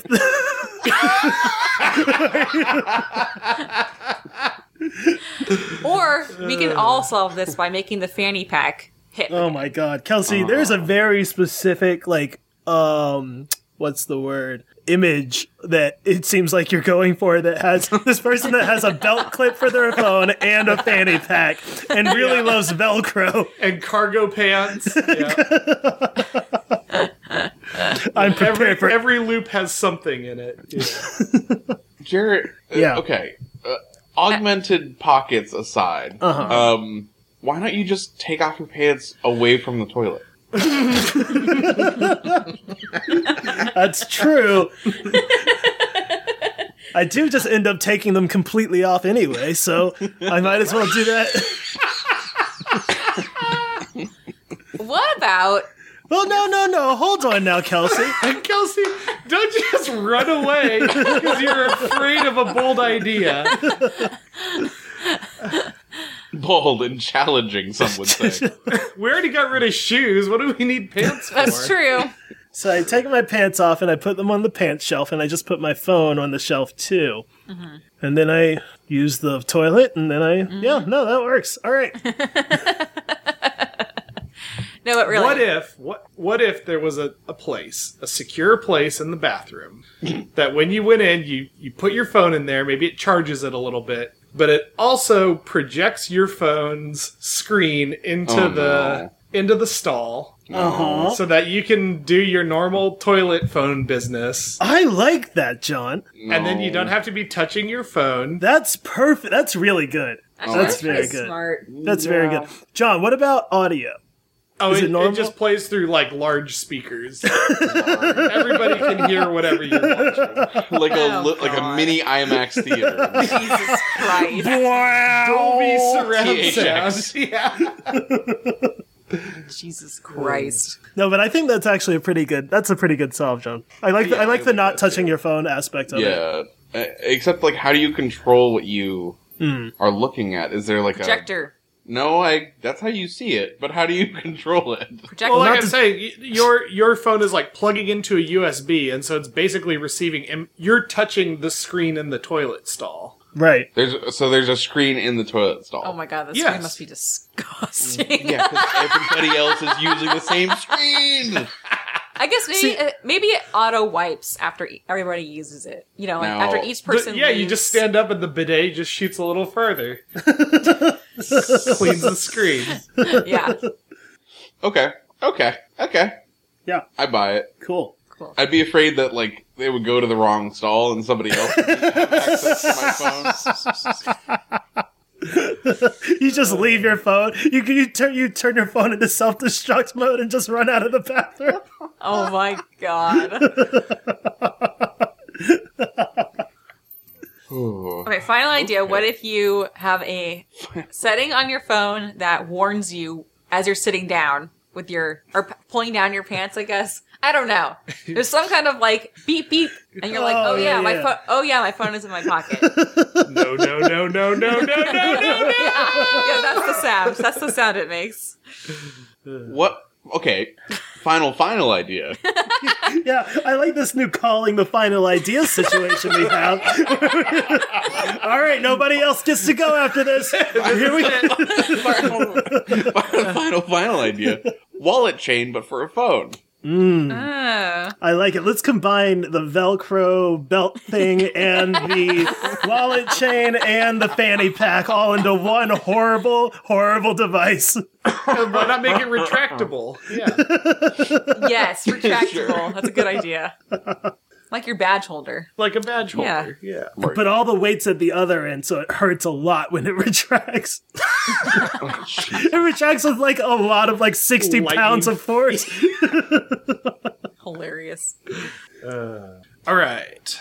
S4: or we
S1: Uh.
S4: can all solve this by making the fanny pack hip
S3: oh my god, Kelsey, there's a very specific like um what's the word? Image that it seems like you're going for that has this person that has a belt clip for their phone and a fanny pack and really loves Velcro.
S1: And cargo pants. Yeah.
S3: I'm prepared for
S1: every, every loop has something in it. Yeah.
S2: Jared. uh,
S3: Yeah.
S2: Okay. Uh, augmented pockets aside,
S3: Uh-huh.
S2: um, why don't you just take off your pants away from the toilet?
S3: That's true. I do just end up taking them completely off anyway, so I might as well do that.
S4: what about
S3: Well, no, no, no. Hold on now, Kelsey.
S1: And Kelsey, don't just run away because you're afraid of a bold idea.
S2: Bold and challenging, some would say.
S1: We already got rid of shoes. What do we need pants for?
S4: that's true
S3: So I take my pants off and I put them on the pants shelf, and I just put my phone on the shelf too.
S4: Mm-hmm.
S3: And then I use the toilet, and then I yeah, no, that works. All right,
S4: no it really
S1: What if what what if there was a, a place, a secure place in the bathroom that when you went in you you put your phone in there, maybe it charges it a little bit, but it also projects your phone's screen into
S2: Oh,
S1: the into the stall
S3: Uh huh.
S1: so that you can do your normal toilet phone business.
S3: I like that, John.
S1: And then you don't have to be touching your phone.
S3: That's perfect. That's really good.
S4: Actually,
S3: Oh, that's
S4: that's,
S3: very
S4: pretty
S3: good.
S4: smart.
S3: That's very good. John, what about audio?
S1: Oh,
S3: Is it
S1: it, it,
S3: normal?
S1: just plays through like large speakers. Everybody can hear whatever you want.
S2: like a
S4: Oh,
S2: li- like a
S4: God.
S2: mini IMAX theater.
S4: Jesus Christ.
S1: Dolby
S3: Oh,
S1: surround
S2: THX.
S1: sound. Yeah.
S4: Jesus Christ.
S3: No, but I think that's actually a pretty good. That's a pretty good solve, John. I like the,
S2: Yeah,
S3: I like
S2: I
S3: the
S2: like
S3: not
S2: that
S3: touching
S2: too.
S3: your phone aspect of it.
S2: yeah. Uh, Except like, how do you control what you
S3: Hmm.
S2: are looking at? Is there like
S4: Projector.
S2: a no? I that's how you see it, but how do you control it?
S4: Projector.
S1: Well, like I
S3: to-
S1: say, y- your your phone is like plugging into a USB, and so it's basically receiving. im you're touching the screen in the toilet stall.
S3: Right.
S2: There's so there's a screen in the toilet stall.
S4: oh my god, this
S1: Yes.
S4: screen must be disgusting.
S2: Yeah, 'cause everybody else is using the same screen.
S4: I guess maybe
S3: See-
S4: uh, maybe it auto wipes after e- everybody uses it. You know, like
S2: No.
S4: after each
S1: But
S4: person.
S1: yeah, you
S4: leaves.
S1: just stand up, and the bidet just shoots a little further, cleans the screen.
S4: Yeah,
S2: Okay, okay, okay.
S3: Yeah.
S2: I buy it.
S3: Cool.
S4: cool.
S2: I'd be afraid that like they would go to the wrong stall and somebody else would have access to my phone.
S3: You just leave your phone. You you turn you turn your phone into self destruct mode and just run out of the bathroom.
S4: Oh my god.
S2: Ooh.
S4: Okay, final idea. What if you have a setting on your phone that warns you as you're sitting down with your or p- pulling down your pants? I guess I don't know. There's some kind of like beep beep, and you're like,
S3: Oh,
S4: oh, yeah,
S3: yeah,
S4: my
S3: yeah.
S4: phone. Oh yeah, my phone is in my pocket.
S1: No, no, no, no, no, no, no, no.
S4: yeah, that's the sound. That's the sound it makes.
S2: What? Okay. Final, final idea.
S3: Yeah, I like this new calling the final idea situation we have. All right, nobody else gets to go after this. Here we go.
S2: Final, final, final idea. Wallet chain, but for a phone.
S4: Oh.
S3: I like it. Let's combine the Velcro belt thing and the wallet chain and the fanny pack all into one horrible, horrible device.
S1: Why not make it retractable? Yeah,
S4: Yes, retractable. That's a good idea. Like your badge holder.
S1: like a badge holder. Yeah.
S3: But all the weight's at the other end, so it hurts a lot when it retracts. it retracts with like a lot of like 60
S1: Lightning.
S3: pounds of force.
S4: Hilarious.
S1: All right.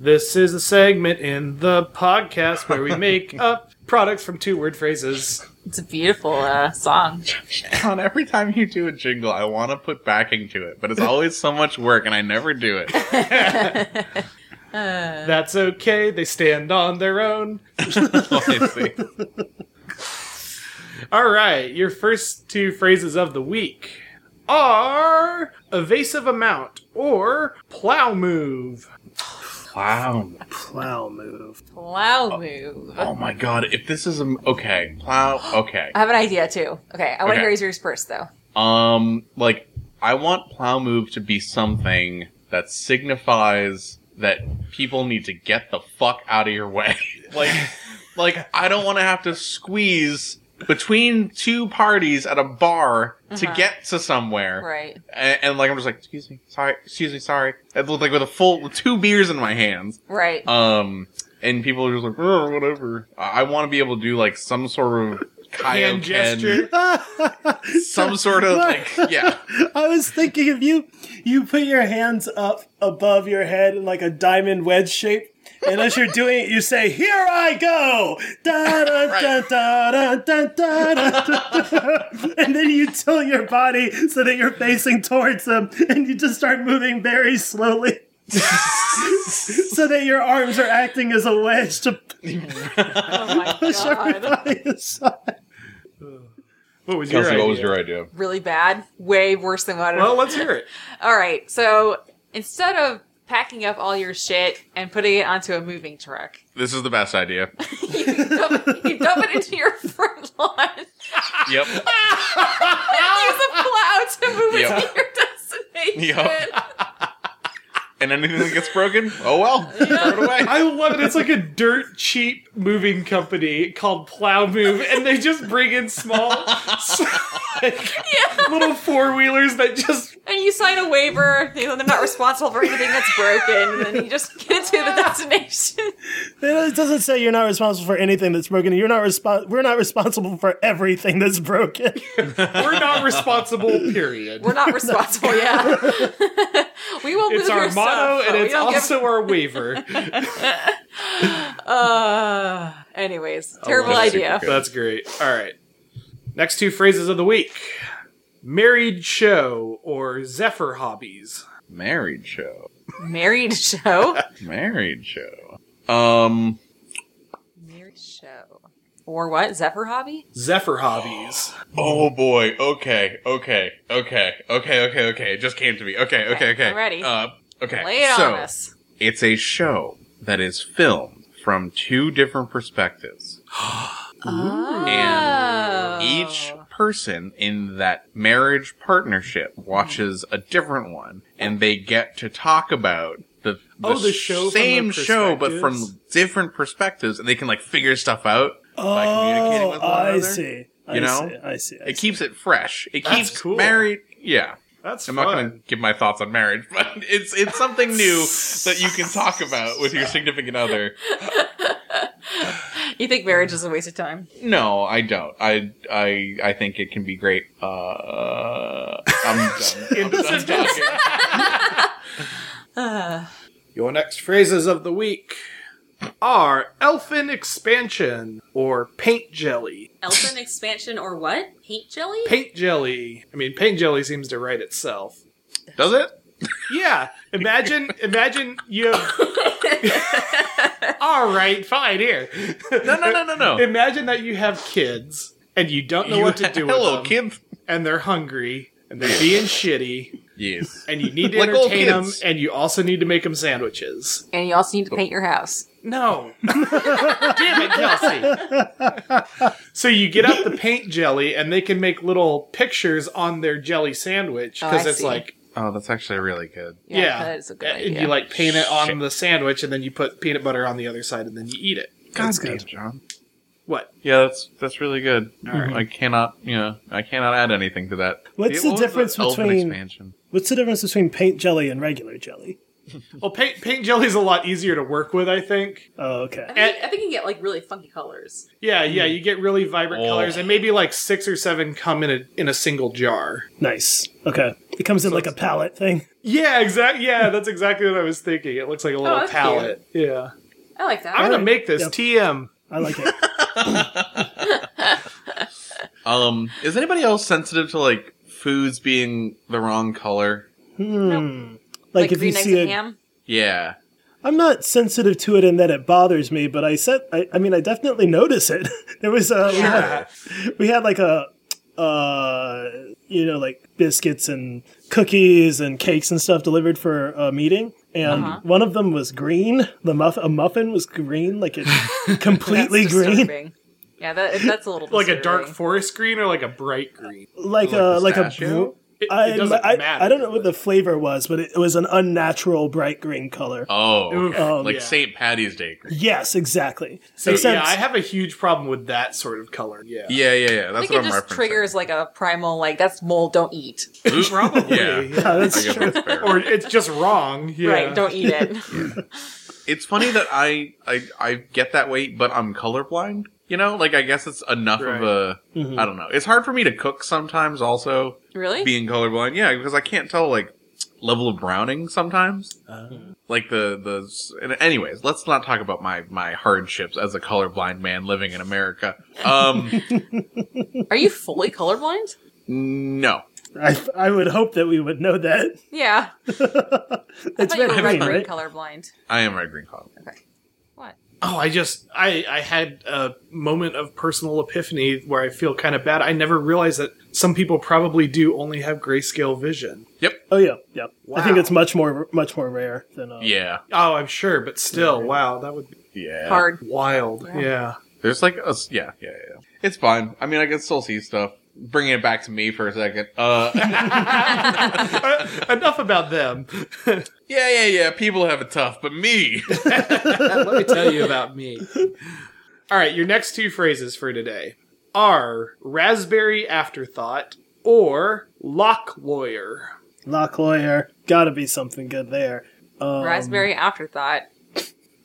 S1: This is a segment in the podcast where we make up products from two word phrases.
S4: It's a beautiful uh, song.
S2: John, every time you do a jingle, I want to put backing to it, but it's always so much work, and I never do it.
S1: That's okay. They stand on their own.
S2: Honestly.
S1: All right. Your first two phrases of the week are evasive amount or plow move.
S2: Wow.
S3: Plow move.
S4: Plow move.
S2: Oh my god. If this is a okay plow, okay.
S4: I have an idea too. Okay, I want
S2: Okay.
S4: to hear yours first though.
S2: Um, like I want plow move to be something that signifies that people need to get the fuck out of your way. like, like I don't want to have to squeeze between two parties at a bar to get to somewhere.
S4: Right.
S2: And, and like I'm just like, excuse me, sorry, excuse me, sorry. I look like with a full with two beers in my hands.
S4: Right.
S2: Um, and people are just like, "Oh, whatever. I, I want to be able to do like some sort of
S1: Hand
S2: Kaioken,
S1: gesture.
S2: some sort of like, yeah.
S3: I was thinking of you. You put your hands up above your head in like a diamond wedge shape. And as you're doing it, you say, "Here I go!" Da da da da da da da da. da. And then you tilt your body so that you're facing towards them, and you just start moving very slowly, so that your arms are acting as a wedge to
S4: oh my
S3: push
S4: god.
S3: everybody aside.
S1: What was your
S2: Kelsey,
S1: idea?
S2: what was your idea?
S4: Really bad. Way worse than what I
S1: Well, let's hear it.
S4: All right. So instead of packing up all your shit and putting it onto a moving truck,
S2: This is the best idea.
S4: you dump, you dump it into your front lawn.
S2: Yep.
S4: use a plow to move it
S2: Yeah.
S4: to your destination.
S2: Yeah. and anything that gets broken, oh well, throw it away.
S1: I love it. It's like a dirt cheap moving company called Plow Move, and they just bring in small like, little four wheelers that just
S4: And you sign a waiver, you know, they're not responsible for anything that's broken, and then you just get it to the destination.
S3: It doesn't say you're not responsible for anything that's broken. You're not respons- We're not responsible for everything that's broken.
S1: we're not responsible. Period.
S4: We're not responsible, yeah. we will move
S1: it's
S4: your
S1: our motto,
S4: stuff, but
S1: and
S4: we
S1: it's
S4: don't give-
S1: also our waiver.
S4: Uh, anyways, terrible
S2: Oh, that's super
S4: idea.
S2: good.
S1: That's great. All right. Next two phrases of the week: married show or Zephyr hobbies.
S2: Married show.
S4: Married show?
S2: Married show. Um,
S4: Married show. Or what? Zephyr hobby?
S1: Zephyr hobbies.
S2: Oh boy. Okay. Okay. Okay. Okay. Okay. Okay. It just came to me. Okay. Okay. Okay.
S4: I'm ready.
S2: Uh, okay.
S4: Lay it
S2: so,
S4: on us.
S2: It's a show that is filmed from two different perspectives.
S4: Oh.
S2: And each person in that marriage partnership watches a different one, and they get to talk about the, the,
S1: Oh, the show from
S2: same
S1: their
S2: show, but
S1: perspectives?
S2: from different perspectives, and they can like figure stuff out by communicating with
S3: oh,
S2: one
S3: I
S2: another.
S3: see. I
S2: You know?
S3: see. I see. I
S2: It
S3: see.
S2: keeps it fresh. It
S1: That's
S2: keeps
S1: cool.
S2: married. Yeah.
S1: That's
S2: I'm
S1: fun.
S2: not going to give my thoughts on marriage, but it's it's something new that you can talk about with your significant other.
S4: You think marriage is a waste of time?
S2: No, I don't. I I I think it can be great. Uh, I'm done. I'm done talking.
S1: Your next phrases of the week are elfin expansion or paint jelly.
S4: Elfin expansion or what? Paint jelly?
S1: Paint jelly. I mean, paint jelly seems to write itself.
S2: Does it?
S1: Yeah. Imagine, imagine you. All right, fine. Here.
S2: No, no, no, no, no.
S1: Imagine that you have kids and you don't know
S2: You-
S1: what to do with
S2: Hello,
S1: them,
S2: kids.
S1: and they're hungry and they're being shitty,
S2: Yes.
S1: and you need to
S2: Like old
S1: entertain them,
S2: kids.
S1: and you also need to make them sandwiches.
S4: And you also need to paint your house.
S1: No. Damn it, Kelsey. so you get out the paint jelly and they can make little pictures on their jelly sandwich
S4: Oh,
S1: because
S4: I
S1: it's
S4: see.
S1: like
S2: Oh, that's actually really good.
S1: yeah,
S4: that is a good
S1: and
S4: idea.
S1: you like paint it on the sandwich and then you put peanut butter on the other side and then you eat it.
S2: God
S3: damn,
S2: John.
S1: What?
S2: Yeah, that's that's really good. I cannot, you know, I cannot add anything to that.
S3: What's the
S2: what was
S3: difference
S2: elven
S3: between-
S2: expansion?
S3: What's the difference between paint jelly and regular jelly?
S1: Well, Oh, paint paint jelly's a lot easier to work with, I think.
S3: Oh, okay.
S1: think-
S4: I think you can get like really funky colors.
S1: Yeah, yeah, you get really vibrant
S2: Oh.
S1: colors and maybe like six or seven come in a in a single jar.
S3: Nice. Okay. It comes in like a palette thing.
S1: Yeah, exactly. Yeah, that's exactly what I was thinking. It looks like a little
S4: that's cute.
S1: palette. Yeah.
S4: I like that.
S1: I'm gonna make this
S3: Yep.
S1: TM.
S3: I like it.
S2: Um, is anybody else sensitive to like foods being the wrong color?
S3: Like, if you
S4: green eggs
S3: see
S4: and
S3: a,
S4: ham.
S2: Yeah.
S3: I'm not sensitive to it in that it bothers me, but I said, I, I mean, I definitely notice it. there was a, we had- we had like a, uh, you know, like biscuits and cookies and cakes and stuff delivered for a meeting. And
S1: Uh-huh.
S3: one of them was green. The muff, a muffin was green, like it completely green,
S4: Disturbing. Yeah, that, that's a little
S1: like a dark
S4: disturbing.
S1: forest green or like a bright green.
S3: like
S2: Like
S3: a like a.
S2: pistachio?
S3: bru-
S1: It, it
S3: I,
S1: doesn't
S3: I,
S1: matter.
S3: I don't know what the flavor was, but it, it was an unnatural bright green color.
S2: Oh,
S1: Oof.
S2: okay.
S1: Oh,
S2: like
S1: yeah.
S2: St. Patty's Day. green.
S3: Yes, exactly.
S1: So,
S3: Except-
S1: yeah, I have a huge problem with that sort of color. Yeah,
S2: Yeah, yeah, yeah.
S4: I
S2: That's what
S4: think it
S2: I'm
S4: just
S2: referencing.
S4: triggers like a primal, like that's mole, don't eat.
S2: Oof.
S1: probably.
S2: Yeah.
S1: yeah.
S3: that's
S2: I guess that's fair.
S1: or it's just wrong. Yeah.
S4: Right, don't eat it.
S2: it's funny that I, I I get that way, but I'm colorblind. You know, like I guess it's enough
S1: Right.
S2: of a I don't know. It's hard for me to cook sometimes. Also,
S4: really?
S2: being colorblind, yeah, because I can't tell like level of browning sometimes. Like the the s- and anyways, let's not talk about my my hardships as a colorblind man living in America. Um,
S4: Are you fully colorblind?
S2: no,
S3: I, I would hope that we would know that.
S4: Yeah.
S3: It's
S4: I thought you
S3: been
S4: were
S3: green,
S4: red green
S3: right?
S4: colorblind.
S2: I am red green color.
S4: What?
S1: Oh, I just I I had a moment of personal epiphany where I feel kind of bad. I never realized that some people probably do only have grayscale vision.
S2: Yep.
S3: Oh yeah, yeah. I think
S1: Wow.
S3: it's much more much more rare than uh,
S2: Yeah.
S1: Oh, I'm sure, but still, wow, that would be
S2: Yeah.
S4: Hard.
S1: wild. Yeah.
S2: There's like a s- yeah, yeah, yeah. It's fine. I mean, I can still see stuff. bringing it back to me for a second. Uh,
S1: Uh, Enough about them.
S2: yeah, yeah, yeah. People have it tough, but me.
S5: Let me tell you about me.
S1: All right, your next two phrases for today are raspberry afterthought or lock lawyer.
S3: Lock lawyer. Gotta be something good there. Um,
S4: Raspberry afterthought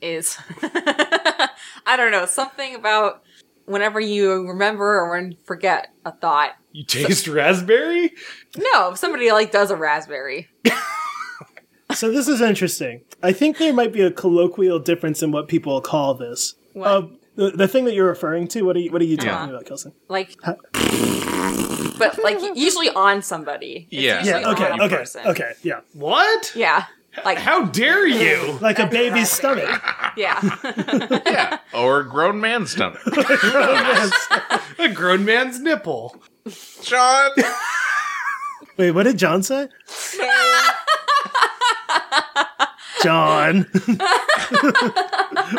S4: is I don't know, something about whenever you remember or when forget a thought.
S1: You taste raspberry?
S4: No, if somebody like does a raspberry.
S3: So this is interesting. I think there might be a colloquial difference in what people call this.
S4: What?
S3: Uh, the, the thing that you're referring to. What are you, what are you talking
S2: Yeah.
S3: about, Kelson?
S4: Like but like usually on somebody. It's
S2: Yeah.
S4: usually
S2: Yeah,
S4: on
S3: Okay.
S4: a
S3: Okay.
S4: person.
S3: Okay. Yeah.
S1: What?
S4: Yeah. Like
S1: How dare you?
S3: Like a baby's stomach.
S4: yeah.
S2: yeah, or a grown man's stomach.
S1: A grown man's nipple.
S2: Sean.
S3: Wait, what did John say? John.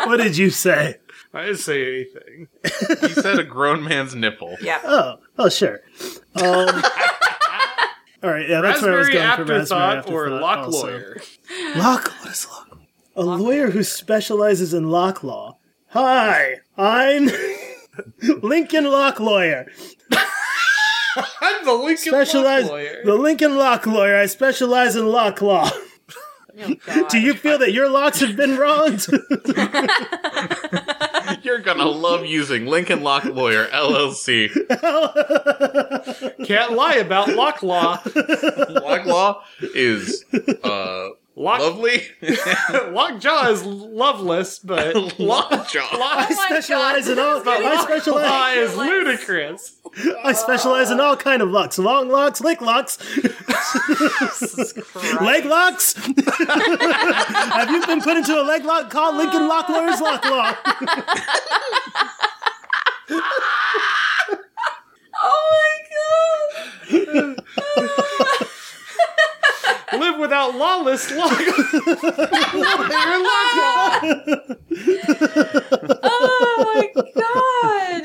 S3: what did you say?
S1: I didn't say anything.
S2: He said a grown man's nipple.
S4: yeah.
S3: Oh, oh, sure. Um, all right, yeah, that's where I was
S1: Raspberry
S3: going for raspberry
S1: afterthought, or
S3: afterthought
S1: lock
S3: also.
S1: lawyer.
S3: Lock, what is lock? A lawyer who specializes in lock law. Hi, I'm Lincoln Lock Lawyer.
S1: I'm the Lincoln
S3: Specialize
S1: lock lawyer.
S3: the Lincoln Lock Lawyer. I specialize in lock law.
S4: Oh, God.
S3: Do you feel that your locks have been wronged?
S1: Oh
S2: You're gonna love using Lincoln Lock Lawyer LLC.
S1: Can't lie about lock law.
S2: Lock Law is uh,
S1: Lock,
S2: lovely.
S1: lock jaw is loveless, but
S2: Lockjaw.
S1: lock
S3: I specialize in all. I
S1: law
S3: specialize.
S1: is ludicrous.
S3: I specialize in all kind of locks: long locks, leg locks, leg locks. have you been put into a leg lock? Call Lincoln Lock Lawyer's Lock Law.
S4: Oh my god.
S1: Live without lawless lock. lawyer lock law.
S4: Oh my god.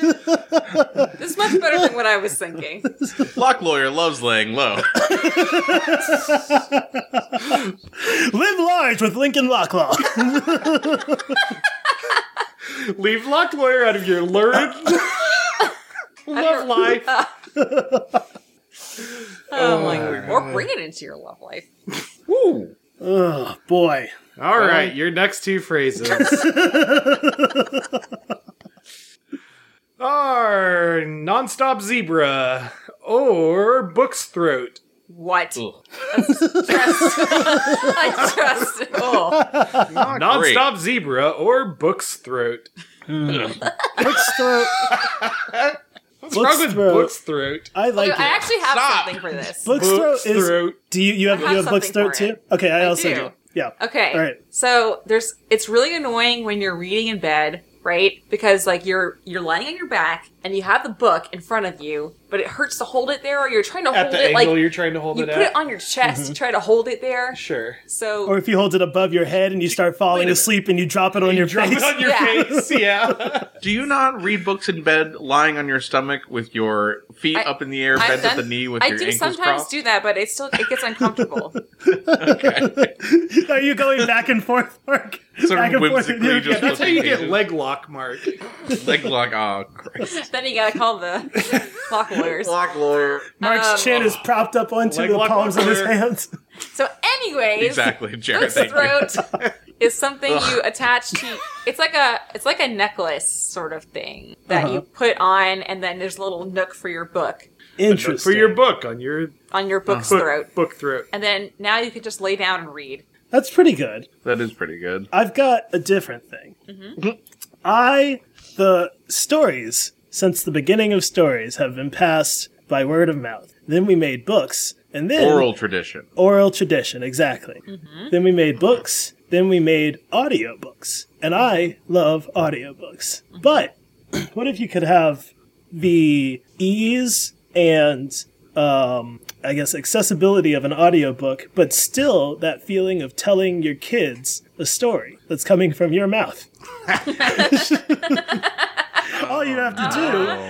S4: This is much better than what I was thinking.
S2: Lock Lawyer loves laying low.
S3: Live large with Lincoln Lock Law.
S1: Leave lock lawyer out of your lurid love life.
S4: Oh my god. Or bring it into your love life.
S2: Woo.
S3: oh boy.
S1: All right, your next two phrases are nonstop zebra or book's throat.
S4: What?
S2: Ugh.
S4: Trust. I trust. Oh.
S3: Ah,
S2: great.
S1: Nonstop zebra or book's throat.
S3: Book's throat.
S1: What's wrong with
S3: throat.
S1: book's throat?
S3: I
S4: Oh, I
S3: like it.
S4: actually have
S2: Stop.
S4: something for this.
S3: Book's throat
S1: Book's
S3: is.
S1: throat.
S3: Do you you have,
S4: I have
S3: you have book's
S4: something
S3: throat
S4: for
S3: too?
S4: it.
S3: Okay, I,
S4: I
S3: also do.
S4: do.
S3: Yeah.
S4: Okay.
S3: All right.
S4: So there's it's really annoying when you're reading in bed, right? Because like you're you're lying on your back and you have the book in front of you, but it hurts to hold it there or you're trying to
S1: At
S4: hold
S1: the
S4: it
S1: angle
S4: like
S1: you're trying to hold
S4: you
S1: it
S4: put
S1: at.
S4: it on your chest to try to hold it there.
S1: sure.
S4: So
S3: Or if you hold it above your head and you start falling
S2: minute.
S3: asleep and you drop it on your
S1: Drop
S3: face.
S1: it on your
S4: Yeah.
S1: face. Yeah.
S2: Do you not read books in bed, lying on your stomach with your feet
S4: I-
S2: up in the air,
S4: I've
S2: bent at
S4: done-
S2: the knee with
S4: I
S2: your
S4: do
S2: ankles
S4: sometimes
S2: crossed?
S4: do that, but it still it gets uncomfortable.
S3: Are you going back and forth, Mark?
S2: Sort
S3: back
S2: of whimsically
S3: Yeah,
S2: just
S1: That's how you get
S2: Pages.
S1: leg lock, Mark.
S2: Leg lock. Oh, Christ.
S4: then you gotta call the clock lawyers.
S2: Lock Lawyer.
S3: Mark's
S4: Um,
S3: chin is propped up onto
S1: Leg
S3: the
S1: lock
S3: palms of his
S1: locker.
S3: hands.
S4: So, anyways,
S2: Exactly, Jared.
S4: Book's
S2: Thank you.
S4: throat is something you attach to. It's like a it's like a necklace sort of thing that
S2: Uh-huh.
S4: you put on, and then there's a little nook for your book
S3: Interesting.
S1: For your book on your
S4: on your
S2: Uh-huh.
S4: book's throat,
S1: book, book throat.
S4: and then now you can just lay down and read.
S3: That's pretty good.
S2: That is pretty good.
S3: I've got a different thing. I the stories since the beginning of stories have been passed by word of mouth. Then we made books, and then
S2: Oral tradition.
S3: oral tradition exactly then we made books then we made audiobooks and i love audiobooks but what if you could have the ease and um, i guess accessibility of an audiobook but still that feeling of telling your kids a story that's coming from your mouth all you have to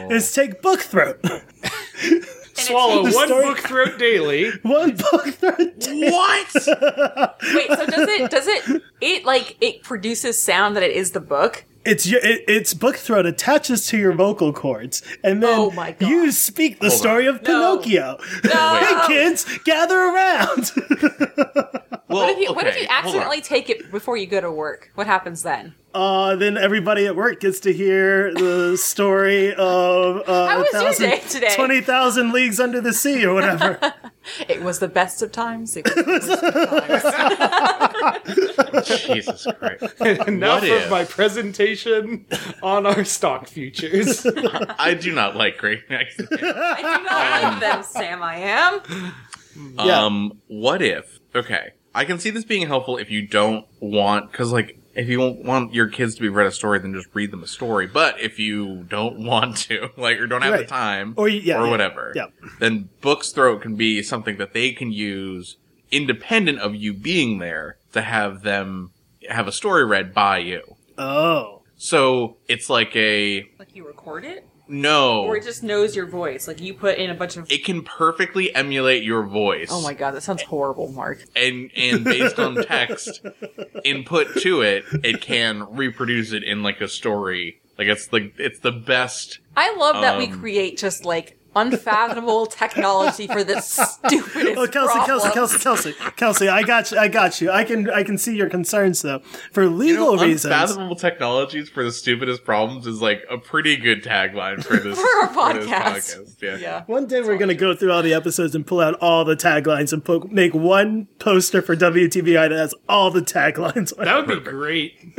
S3: do is take book throat
S1: Swallow
S4: takes-
S1: one
S3: Start-
S1: book throat daily.
S3: One book third.
S2: What?
S4: Wait, so does it? Does it? It like it produces sound that it is the book.
S3: It's your it, it's book throat attaches to your vocal cords, and then
S4: Oh my God.
S3: you speak the
S2: Hold
S3: story of
S4: No.
S3: Pinocchio.
S4: No.
S3: hey kids, gather around.
S2: Well,
S4: What if you, what if
S2: okay,
S4: you
S2: hold on.
S4: accidentally take it before you go to work? What happens then?
S3: uh, then everybody at work gets to hear the story of uh,
S4: How was
S3: a
S4: your
S3: thousand-
S4: day today?
S3: 20,000 Leagues Under the Sea or whatever.
S4: It was the best of times. It was the worst of times.
S2: Jesus Christ.
S1: Enough
S2: What
S1: of
S2: if?
S1: my presentation on our stock futures.
S2: I do not like great accents.
S4: I do not like them, Sam. I am.
S3: Yeah.
S2: Um, what if? Okay, I can see this being helpful if you don't want, because like, if you don't want your kids to be read a story, then just read them a story. But if you don't want to, like, or don't have the
S3: Right.
S2: time,
S3: Or y- yeah,
S2: or
S3: yeah,
S2: whatever,
S3: yeah.
S2: then Book's Throat can be something that they can use independent of you being there to have them have a story read by you.
S3: oh.
S2: So it's like a
S4: Like you record it,
S2: no.
S4: or it just knows your voice. Like you put in a bunch of.
S2: it can perfectly emulate your voice.
S4: Oh my god, that sounds horrible, Mark.
S2: and and based on text input to it, it can reproduce it in like a story. Like it's like it's the best.
S4: I love that we
S2: Um.
S4: create just like unfathomable technology for this stupidest
S3: Oh, Kelsey,
S4: problem.
S3: Kelsey, Kelsey, Kelsey, Kelsey! I got you. I got you. I can. I can see your concerns though. For
S2: You know,
S3: legal reasons,
S2: unfathomable technologies for the stupidest problems is like a pretty good tagline for this
S4: For a
S2: this
S4: podcast.
S2: podcast. Yeah.
S4: Yeah.
S3: one day we're gonna go through all the episodes and pull out all the taglines and po- make one poster for WTBI that has all the taglines. on it.
S1: That would be great.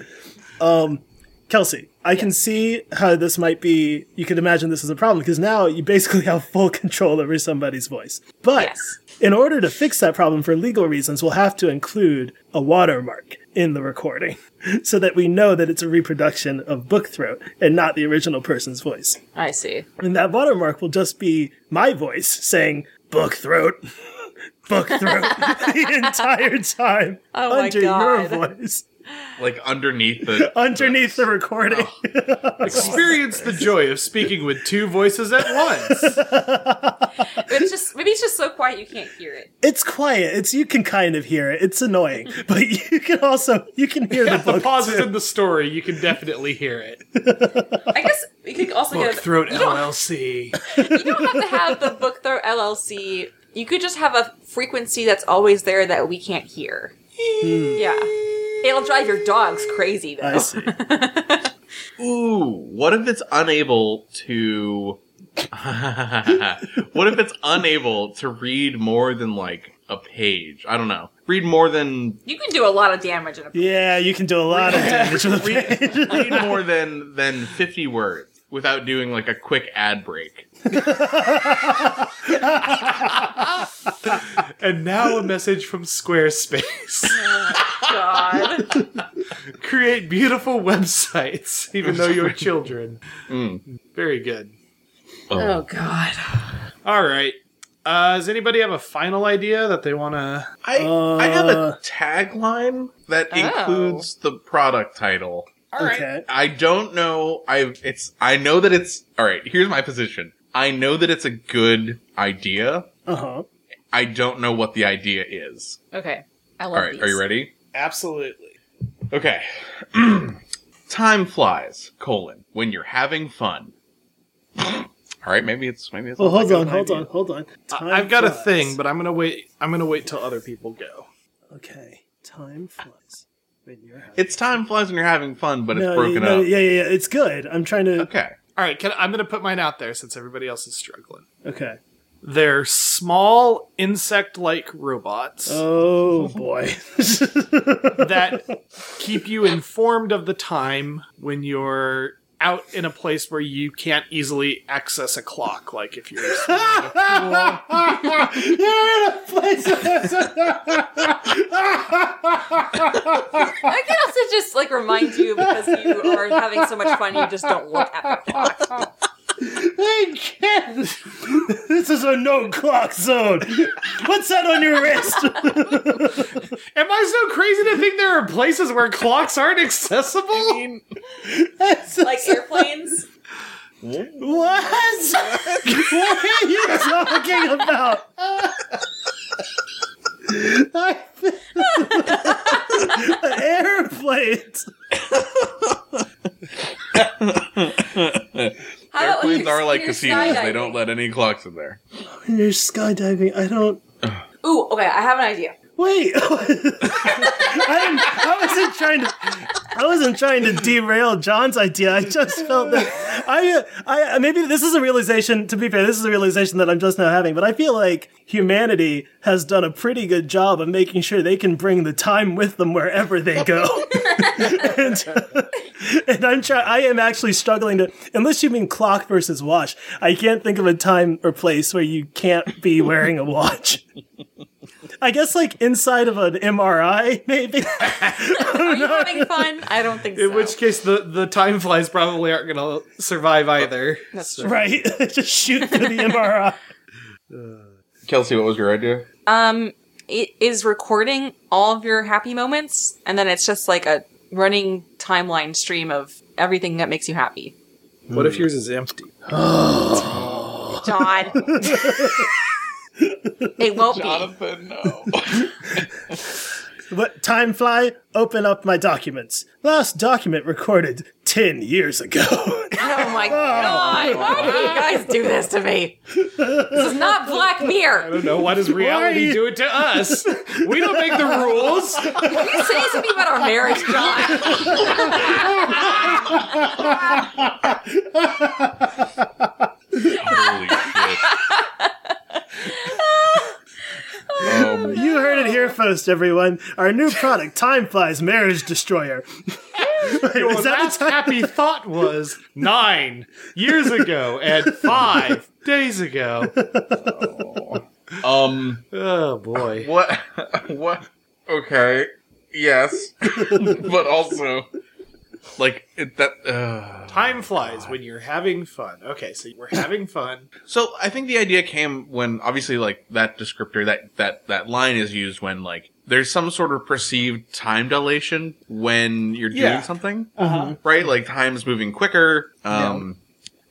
S3: Kelsey, I can see how this might be. You can imagine this is a problem because now you basically have full control over somebody's voice. But
S4: Yes.
S3: in order to fix that problem for legal reasons, we'll have to include a watermark in the recording so that we know that it's a reproduction of Book Throat and not the original person's voice.
S4: I see.
S3: And that watermark will just be my voice saying "Book Throat." Book throat the entire time
S4: Oh my
S3: under
S4: God.
S3: your voice,
S2: Like underneath the
S3: underneath the recording.
S4: Oh.
S1: Experience the joy of speaking with two voices at once.
S4: It's just maybe it's just so quiet you can't hear it.
S3: it's quiet. It's you can kind of hear it. It's annoying, but you can also you can hear the
S1: the
S3: book.
S1: pauses in the story, you can definitely hear it.
S4: I guess we could also
S1: Book
S4: get a,
S1: Throat
S4: you, don't,
S1: LLC.
S4: you don't have to have the book throw LLC. You could just have a frequency that's always there that we can't hear. Yeah, it'll drive your dogs crazy though.
S3: Hmm. I see.
S2: Ooh, what if it's unable to? what if it's unable to read more than like a page? I don't know. Read more than
S4: You can do a lot of damage in a.
S3: Yeah, you can do a lot of damage with
S2: read,
S3: it.
S2: read more than than 50 words without doing like a quick ad break
S1: And now a message from Squarespace.
S4: God.
S1: Create beautiful websites, even though you're children.
S2: Mm.
S1: Very good.
S4: Oh God.
S1: All right. Uh, does anybody have a final idea that they want to?
S2: i i have
S3: Uh.
S2: a tagline that
S4: Oh.
S2: includes the product title
S3: Okay.
S2: i don't know i it's i know that it's all right here's my position i know that it's a good idea
S3: Uh huh.
S2: i don't know what the idea is
S4: Okay. I love
S2: all right
S4: these.
S2: are you ready
S1: Absolutely.
S2: Okay. Time flies, colon, when you're having fun. All right, maybe it's maybe it's.
S3: Well,
S2: not
S3: Oh, hold
S2: that
S3: on,
S2: good
S3: hold
S2: idea.
S3: on, hold on. Time
S1: I've got a
S3: flies.
S1: thing, but I'm gonna wait. I'm gonna wait till other people go.
S3: Okay. Time flies when you're having.
S2: It's time flies when you're having fun, but it's
S3: no,
S2: broken
S3: no,
S2: up.
S3: Yeah, yeah, yeah. It's good. I'm trying to.
S2: Okay.
S1: All right. Can, I'm gonna put mine out there since everybody else is struggling.
S3: Okay.
S1: They're small insect-like robots
S3: Oh boy.
S1: that keep you informed of the time when you're out in a place where you can't easily access a clock. Like if you're
S3: you're in a place.
S4: I can also just like remind you because you are having so much fun, you just don't look at them.
S3: Hey, kid. this is a no clock zone. What's that on your wrist?
S1: Am I so crazy to think there are places where clocks aren't accessible?
S2: I mean,
S4: Like airplanes.
S3: What? what are you talking about? An air plate.
S4: How about when
S2: Airplanes
S4: you're-
S2: are like
S4: you're
S2: casinos. They
S4: skydiving?
S2: don't let any clocks in there.
S3: When you're skydiving, I don't.
S4: Ooh, okay, I have an idea.
S3: Wait. I, didn't, I wasn't trying to. I wasn't trying to derail John's idea. I just felt that I, I maybe this is a realization. To be fair, this is a realization that I'm just now having. But I feel like humanity has done a pretty good job of making sure they can bring the time with them wherever they go. and, and I'm try- I am actually struggling to unless you mean clock versus watch. I can't think of a time or place where you can't be wearing a watch. I guess like inside of an MRI, maybe.
S4: Are you having fun? I don't think so.
S1: In which case, the, the time flies probably aren't going to survive either.
S3: right? Just shoot for the MRI.
S2: Kelsey, what was your idea?
S4: um, it is recording all of your happy moments, and then it's just like a running timeline stream of everything that makes you happy.
S5: What if yours is empty?
S4: John. it won't be.
S2: Jonathan, no.
S3: What time fly? Open up my documents. Last document recorded ten years ago.
S4: Oh my god! Why do you guys do this to me? This is not Black Mirror.
S1: No, why does reality
S3: you-
S1: do it to us? We don't make the rules.
S4: You say something about our marriage, John.
S2: Holy shit. um,
S3: you heard it here first, everyone. Our new product, Time Flies Marriage Destroyer. Wait,
S1: Your
S3: is that a
S1: last happy thought was nine years ago and five days ago.
S2: um,
S1: Oh boy.
S2: what? What? Okay. Yes. but also, like, it, that. Uh...
S1: Time flies when you're having fun. Okay, so we're having fun.
S2: So I think the idea came when obviously like that descriptor that that that line is used when like there's some sort of perceived time dilation when you're doing
S1: Yeah.
S2: something, right? Like time's moving quicker. Um,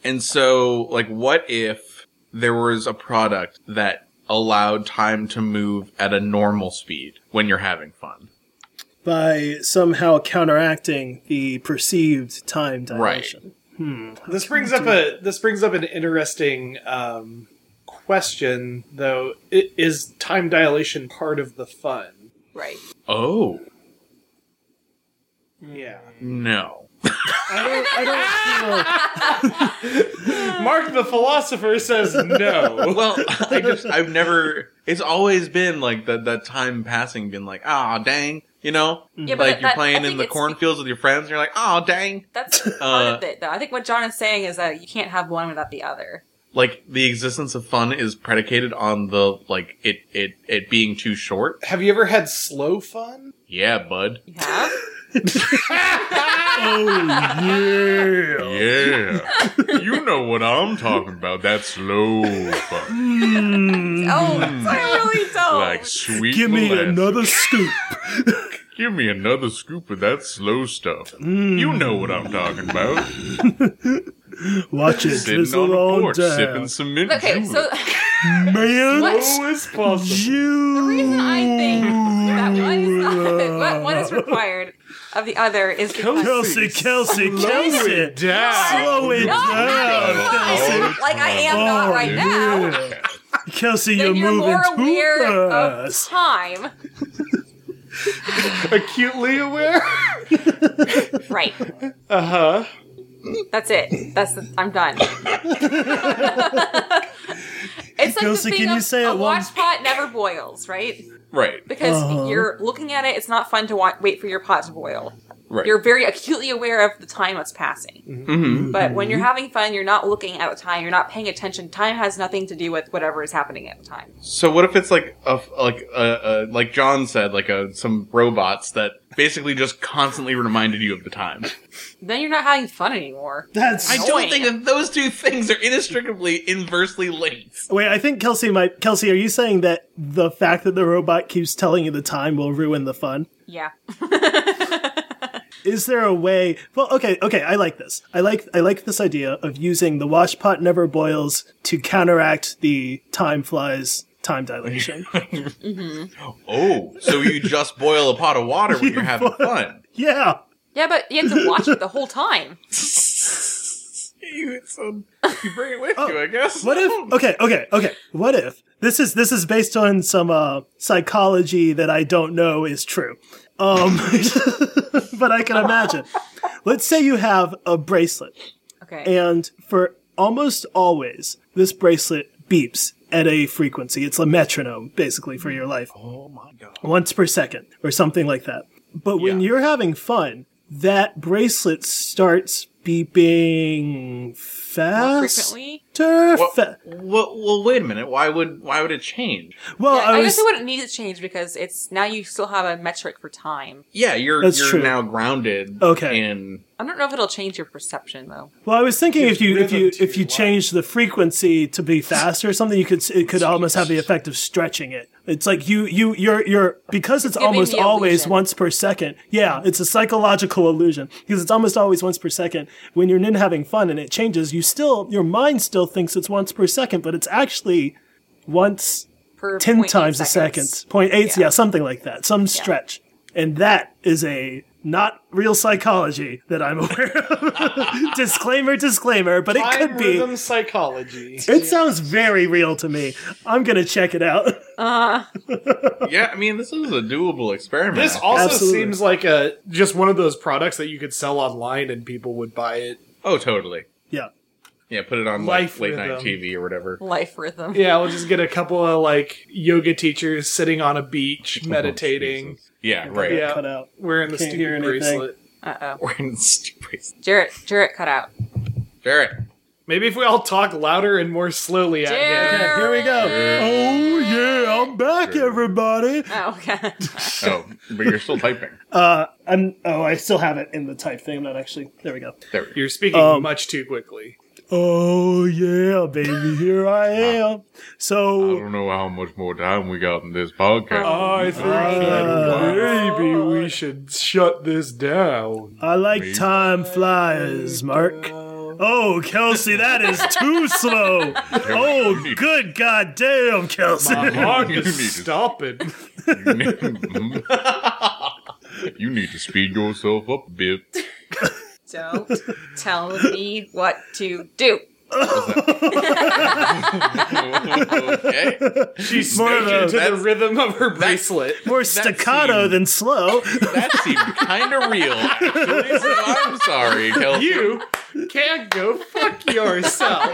S2: and so like what if there was a product that allowed time to move at a normal speed when you're having fun?
S3: by somehow counteracting the perceived time dilation.
S1: This brings up a this brings up an interesting um, question though. I- Is time dilation part of the fun?
S4: Right.
S2: Oh
S1: Yeah.
S2: no.
S3: I don't, I don't feel
S1: Mark the philosopher says no.
S2: Well, I just I've never. It's always been like that that time passing, been like ah dang, you know,
S4: Yeah,
S2: like
S4: but that-
S2: you're
S4: that- I
S2: playing
S4: think
S2: in the
S4: it's-
S2: cornfields with your friends. and You're like ah dang,
S4: That's part of it, though. I think what John is saying is that you can't have one without the other.
S2: like the existence of fun is predicated on the like it it it being too short.
S1: Have you ever had slow fun?
S2: Yeah, bud.
S4: You have?
S3: oh
S2: Yeah, you know what I'm talking about. That slow fun,
S4: Oh, I really don't.
S2: sweet.
S3: Hmm. Give me another scoop.
S2: Give me another scoop of that slow stuff.
S3: Mm.
S2: You know what I'm talking about.
S3: Watch it drizzle on, down.
S2: some mint
S4: okay, so
S3: Man,
S4: What?
S1: Slow as possible.
S3: you.
S4: the reason I think that one is, not, what one is required of the other is because
S3: Kelsey, Kelsey,
S1: Slow
S3: Kelsey.
S1: it down.
S3: Slow it
S4: No, I'm having
S3: down.
S4: fun. Like I am not
S3: Oh,
S4: right now.
S3: yeah. Kelsey, you're,
S4: Then you're
S3: moving
S4: more aware
S3: too
S4: of
S3: fast.
S4: time.
S1: Acutely aware.
S4: Right.
S1: Uh
S3: Uh-huh.
S1: huh.
S4: That's it. That's the, I'm done. it's like
S3: Kelsey,
S4: the thing
S3: can
S4: of,
S3: you say
S4: a
S3: it
S4: watch
S3: once?
S4: pot never boils, right?
S2: Right,
S4: Because
S3: Uh-huh.
S4: you're looking at it, it's not fun to wa- wait for your pot to boil.
S2: right.
S4: You're very acutely aware of the time that's passing.
S2: Mhm.
S4: But when you're
S3: Mm-hmm.
S4: having fun, you're not looking at the time. You're not paying attention. Time has nothing to do with whatever is happening at the time.
S2: So what if it's like a like a, a like John said like a some robots that basically just constantly reminded you of the time.
S4: Then you're not having fun anymore.
S3: That's.
S2: I don't think that those two things are inextricably inversely linked.
S3: Wait, I think Kelsey might. Kelsey, are you saying that the fact that the robot keeps telling you the time will ruin the fun?
S4: Yeah.
S3: is there a way well okay okay i like this i like i like this idea of using the wash pot never boils to counteract the time flies time dilation
S2: Oh, so you just boil a pot of water when you're having fun.
S3: yeah
S4: Yeah, but you have to watch it the whole time.
S2: You, it's um, you bring it with you, I guess.
S3: what if okay okay okay what if this is this is based on some uh psychology that i don't know is true um but i can imagine let's say you have a bracelet
S4: Okay.
S3: and for almost always this bracelet beeps at a frequency it's a metronome basically for your life
S2: Oh my god.
S3: once per second or something like that. But when
S2: Yeah.
S3: you're having fun, that bracelet starts beeping
S4: More
S3: fast.
S4: frequently.
S2: Well, well, well, wait a minute. Why would why would it change?
S3: well,
S4: yeah,
S3: I,
S4: I,
S3: was,
S4: guess it wouldn't need to change because it's now you still have a metric for time.
S2: Yeah, you're
S3: That's
S2: you're
S3: true.
S2: now grounded.
S3: Okay.
S2: In
S4: I don't know if it'll change your perception though.
S3: well, I was thinking if you if
S1: rhythm
S3: you
S1: to
S3: if you
S1: your
S3: change the frequency to be faster or something, you could s- it could almost have the effect of stretching it. It's like you you you're you're because it's
S4: giving
S3: almost
S4: the
S3: always
S4: illusion.
S3: once per second. Yeah, it's a psychological illusion because it's almost always once per second. When you're in having fun and it changes, you still your mind still thinks it's once per second, but it's actually once
S4: Per
S3: 10
S4: 0.8
S3: times a second.
S4: seconds.
S3: 0.8, yeah. something like that. Some stretch. And that is a not real psychology that I'm aware of. disclaimer, disclaimer, but it could
S1: Time
S3: be.
S1: rhythm psychology.
S3: It sounds very real to me. I'm going to check it out.
S2: yeah, I mean, this is a doable experiment.
S1: This also
S3: Absolutely.
S1: seems like a just one of those products that you could sell online and people would buy it.
S2: oh, totally.
S3: yeah.
S2: Yeah, put it on like,
S1: Life
S2: late night
S1: rhythm.
S2: TV or whatever.
S4: Life rhythm.
S1: Yeah, we'll just get a couple of like yoga teachers sitting on a beach meditating,
S2: Oh, Jesus. Yeah, right.
S1: Yeah.
S3: Cut out.
S1: wearing the
S3: Can't hear
S1: stupid
S3: anything.
S1: bracelet.
S4: Uh oh.
S2: We're in stupid.
S4: Jarrett Jarrett cut out.
S2: Jarrett.
S1: Maybe if we all talk louder and more slowly at him.
S4: Jared!
S3: Okay, here we go. Oh, yeah, I'm back, everybody.
S4: Oh, okay.
S2: Oh, but you're still typing.
S3: Uh, I'm, oh, I still have it in the type thing. I'm not actually, there we go.
S2: There we go.
S1: You're speaking
S3: Um,
S1: much too quickly.
S3: Oh, yeah, baby, here I am.
S2: I
S3: So,
S2: don't know how much more time we got in this podcast.
S1: I
S4: think my
S1: that
S3: Uh,
S4: that
S1: maybe
S4: maybe
S1: we
S4: we
S1: should shut this down.
S3: I like
S2: Me?
S3: time flyers, Mark. Oh, Kelsey, that is too slow. Oh, good goddamn, Kelsey.
S1: My heart
S2: Uh-huh. You need
S1: is
S2: to-
S1: stopping.
S2: You need- you need to speed yourself up a bit.
S4: Don't tell me what to do.
S2: okay.
S1: She's
S3: More of
S1: smashing
S3: a-
S1: to the
S2: that's-
S1: rhythm of her bracelet.
S3: More staccato
S2: seemed-
S3: than slow.
S2: That seemed kind of real, actually. So I'm sorry, Kelsey.
S1: You can't go fuck yourself.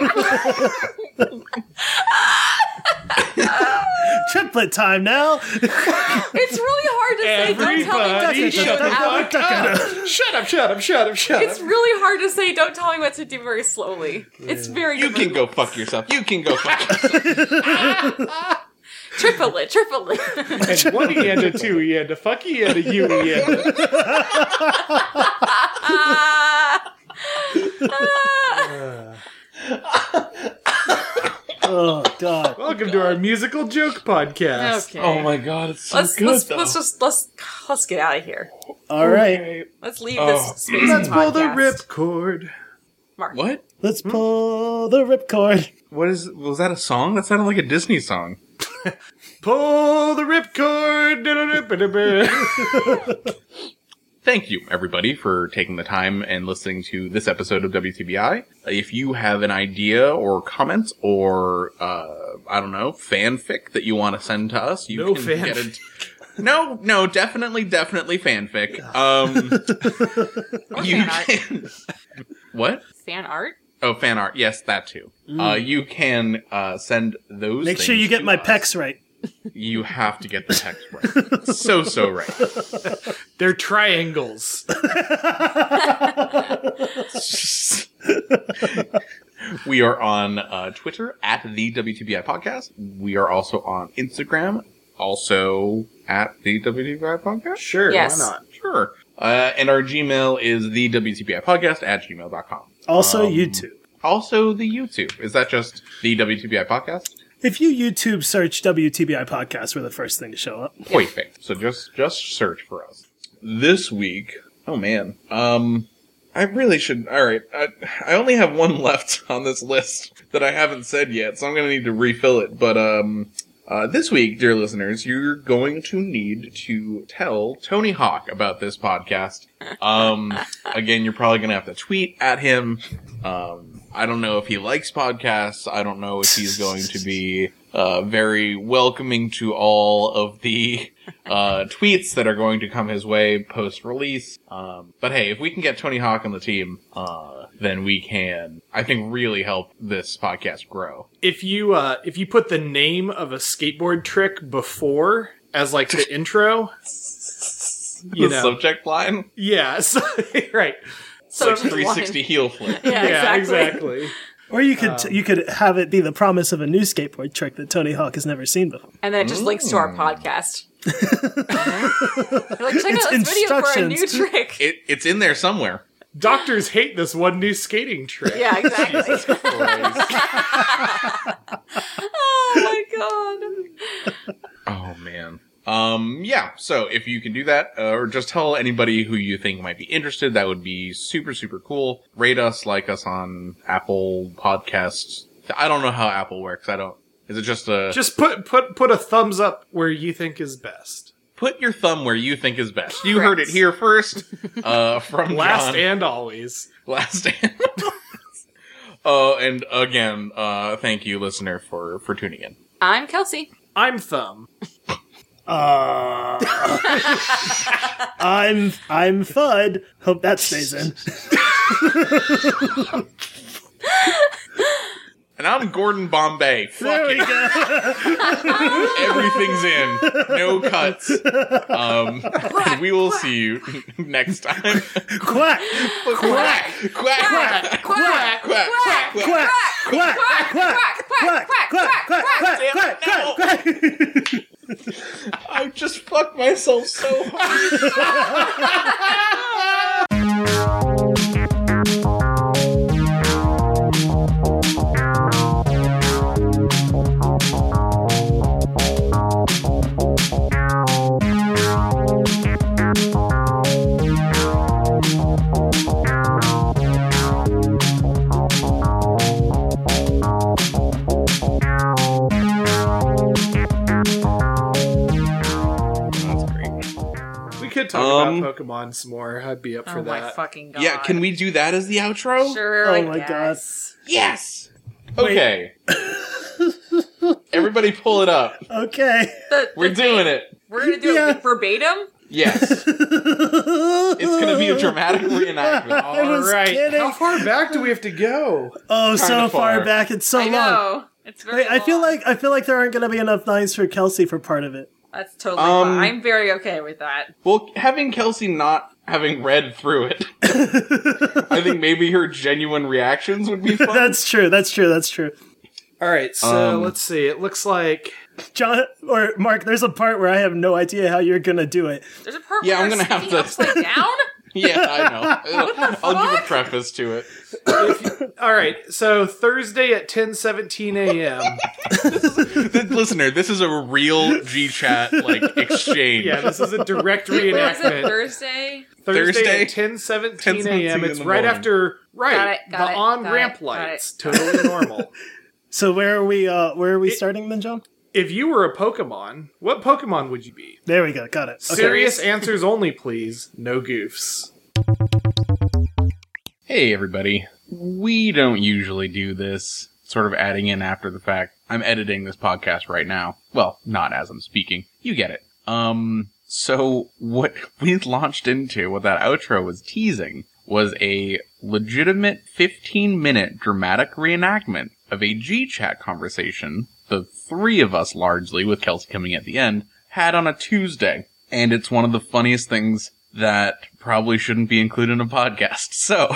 S3: Triplet time now.
S4: It's really hard to say. Don't tell me
S1: Everybody
S4: what to do.
S1: shut the
S4: without-
S1: fuck up. Shut up, shut up, shut up, shut
S4: It's
S1: up.
S4: really hard to say. Don't tell me what to do very slowly. It's very
S2: You can go
S4: difficult.
S2: fuck yourself. You can go fuck yourself.
S4: triple it, triple it.
S1: And one he had to two he had to fuck he had to you he had to.
S4: Ah. Ah.
S3: Oh, God.
S1: Welcome to our musical joke podcast.
S4: okay.
S2: Oh god, it's so
S4: Let's let's, let's just let's let's get out of here.
S3: All right.
S4: Let's leave
S2: Oh.
S4: this space.
S1: Let's pull the
S4: podcast.
S1: ripcord.
S4: Mark.
S2: What?
S3: Let's pull the ripcord.
S2: What is? Was that a song? That sounded like a Disney song.
S1: Pull the ripcord. Da-da-da-ba-da-ba.
S2: Thank you, everybody, for taking the time and listening to this episode of WTBI. If you have an idea or comment or, uh, I don't know, fanfic that you want to send to us, you
S1: No
S2: can
S1: fanfic.
S2: get it. No, no, definitely, definitely fanfic. Um,
S4: Or
S2: you
S4: fan art.
S2: can. what?
S4: Fan art.
S2: Oh, fan art. Yes, that too. Uh, you can uh, send those.
S3: Make sure
S2: things
S3: you get
S2: to
S3: my
S2: us.
S3: pecs right.
S2: You have to get the text right. so so right.
S1: They're triangles.
S2: we are on uh, Twitter at the WTBI podcast. We are also on Instagram, also at the WTBI podcast.
S1: Sure,
S4: Yes.
S2: Sure. Uh, and our Gmail is the WTBI podcast at gmail.com.
S3: Also, YouTube.
S2: Also, the YouTube. Is that just the WTBI podcast?
S3: If you YouTube search WTBI podcast, we're the first thing to show up.
S2: Perfect. So just just search for us. This week, Oh man. Um, I really should. All right. I, I only have one left on this list that I haven't said yet, so I'm gonna need to refill it. But um, uh, this week, dear listeners, you're going to need to tell Tony Hawk about this podcast. Um, again, you're probably gonna have to tweet at him. Um, I don't know if he likes podcasts. I don't know if he's going to be uh, very welcoming to all of the uh, tweets that are going to come his way post release. Um, but hey, if we can get Tony Hawk on the team, uh, then we can, I think, really help this podcast grow.
S1: If you uh, if you put the name of a skateboard trick before as like the intro, you
S2: the
S1: know,
S2: subject line
S1: yeah, so, right,
S4: So
S2: like 360 heel flip.
S4: Yeah,
S1: yeah,
S4: exactly.
S1: exactly.
S3: Or you could you could have it be the promise of a new skateboard trick that Tony Hawk has never seen before.
S4: And then it just links to our
S2: Mm.
S4: podcast. You're like, check out
S3: It's
S4: this video for a new
S3: instructions.
S4: trick.
S2: It, it's in there somewhere.
S1: Doctors hate this one new skating trick.
S4: yeah, exactly. oh my god.
S2: Oh man. Um yeah, so if you can do that uh, or just tell anybody who you think might be interested, that would be super super cool. Rate us, like us on Apple Podcasts. I don't know how Apple works. I don't Is it just a just
S1: Just put put put a thumbs up where you think is best.
S2: put your thumb where you think is best. You heard it here first uh from
S1: Last
S2: John.
S1: and always.
S2: last and Oh, and again, uh thank you listener for for tuning in.
S4: I'm Kelsey.
S1: I'm thumb.
S3: I'm I'm Thud. Hope that stays in.
S2: And I'm Gordon Bombay. Fuck
S3: There
S2: it.
S3: we go.
S2: Everything's in. No cuts. Um, and we will see you next time.
S3: Quack
S2: quack, quack, quack,
S4: Quack,
S2: quack, quack, quack.
S3: quack quack quack quack quack quack quack quack quack quack quack.
S2: I just fucked myself so hard. That's great.
S1: We could talk
S2: Um,
S1: about Pokemon some more. I'd be up for
S4: Oh
S1: that.
S4: my fucking god.
S2: Yeah, can we do that as the outro?
S4: Sure.
S3: Oh
S4: I
S3: my God.
S4: guess.
S2: Yes. Okay. Everybody pull it up.
S3: Okay.
S4: The-
S2: We're doing it.
S4: we're gonna do
S3: Yeah.
S4: it verbatim.
S2: Yes. It's going to be a dramatic reenactment.
S3: I was
S1: Alright.
S3: kidding.
S1: How far back do we have to go?
S3: Oh, so
S2: Kinda
S3: far
S2: far.
S3: back. It's so
S4: I
S3: long.
S4: know. It's very.
S3: Wait, I feel
S4: long.
S3: like I feel like there aren't going to be enough lines for Kelsey for part of it.
S4: that's totally.
S2: Um,
S4: fine. I'm very okay with that.
S2: Well, having Kelsey not having read through it, I think maybe her genuine reactions would be fun.
S3: That's true. That's true. That's true.
S1: All right, so
S2: Um,
S1: let's see. It looks like
S3: John or Mark, there's a part where I have no idea how you're going to do it.
S4: There's a purpose.
S2: Yeah, I'm gonna have to-
S4: upside down.
S2: yeah, I know. I'll give a
S4: fuck?
S2: preface to it.
S1: all right. So Thursday at ten seventeen a.m.
S2: The, listener, this is a real G chat like exchange.
S1: yeah, this is a direct
S4: Where is it?
S1: reenactment.
S4: Thursday.
S1: Thursday,
S2: Thursday?
S1: at ten seventeen
S2: 10:17
S1: a.m.
S2: in
S1: It's
S2: the
S1: right
S2: morning.
S1: after right
S4: Got it, got
S1: the
S4: it,
S1: on
S4: got
S1: ramp
S4: it, got it.
S1: lights. Totally normal.
S3: So where are we uh where are we starting then, John?
S1: if you were a Pokemon, what Pokemon would you be?
S3: There we go. Got it. Okay.
S1: Serious answers only, please. No goofs.
S2: Hey, everybody. We don't usually do this sort of adding in after the fact. I'm editing this podcast right now. Well, not as I'm speaking. You get it. Um, so what we launched into, what that outro was teasing, was a legitimate 15 minute dramatic reenactment of a G chat conversation, the three of us largely, with Kelsey coming at the end, had on a Tuesday. And it's one of the funniest things that probably shouldn't be included in a podcast. So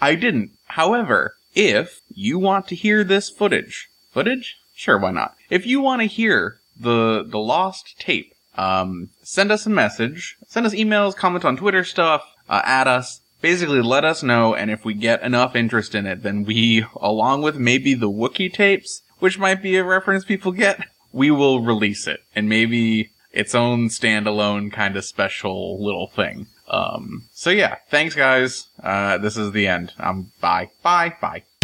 S2: I didn't. However, if you want to hear this footage, footage? Sure, why not? If you want to hear the the lost tape, um, send us a message, send us emails, comment on Twitter stuff, uh, at us. Basically, let us know, and if we get enough interest in it, then we, along with maybe the Wookiee tapes, which might be a reference people get, we will release it, and maybe its own standalone kind of special little thing. Um, so yeah, thanks guys. Uh, this is the end. I'm Um, bye, bye, bye.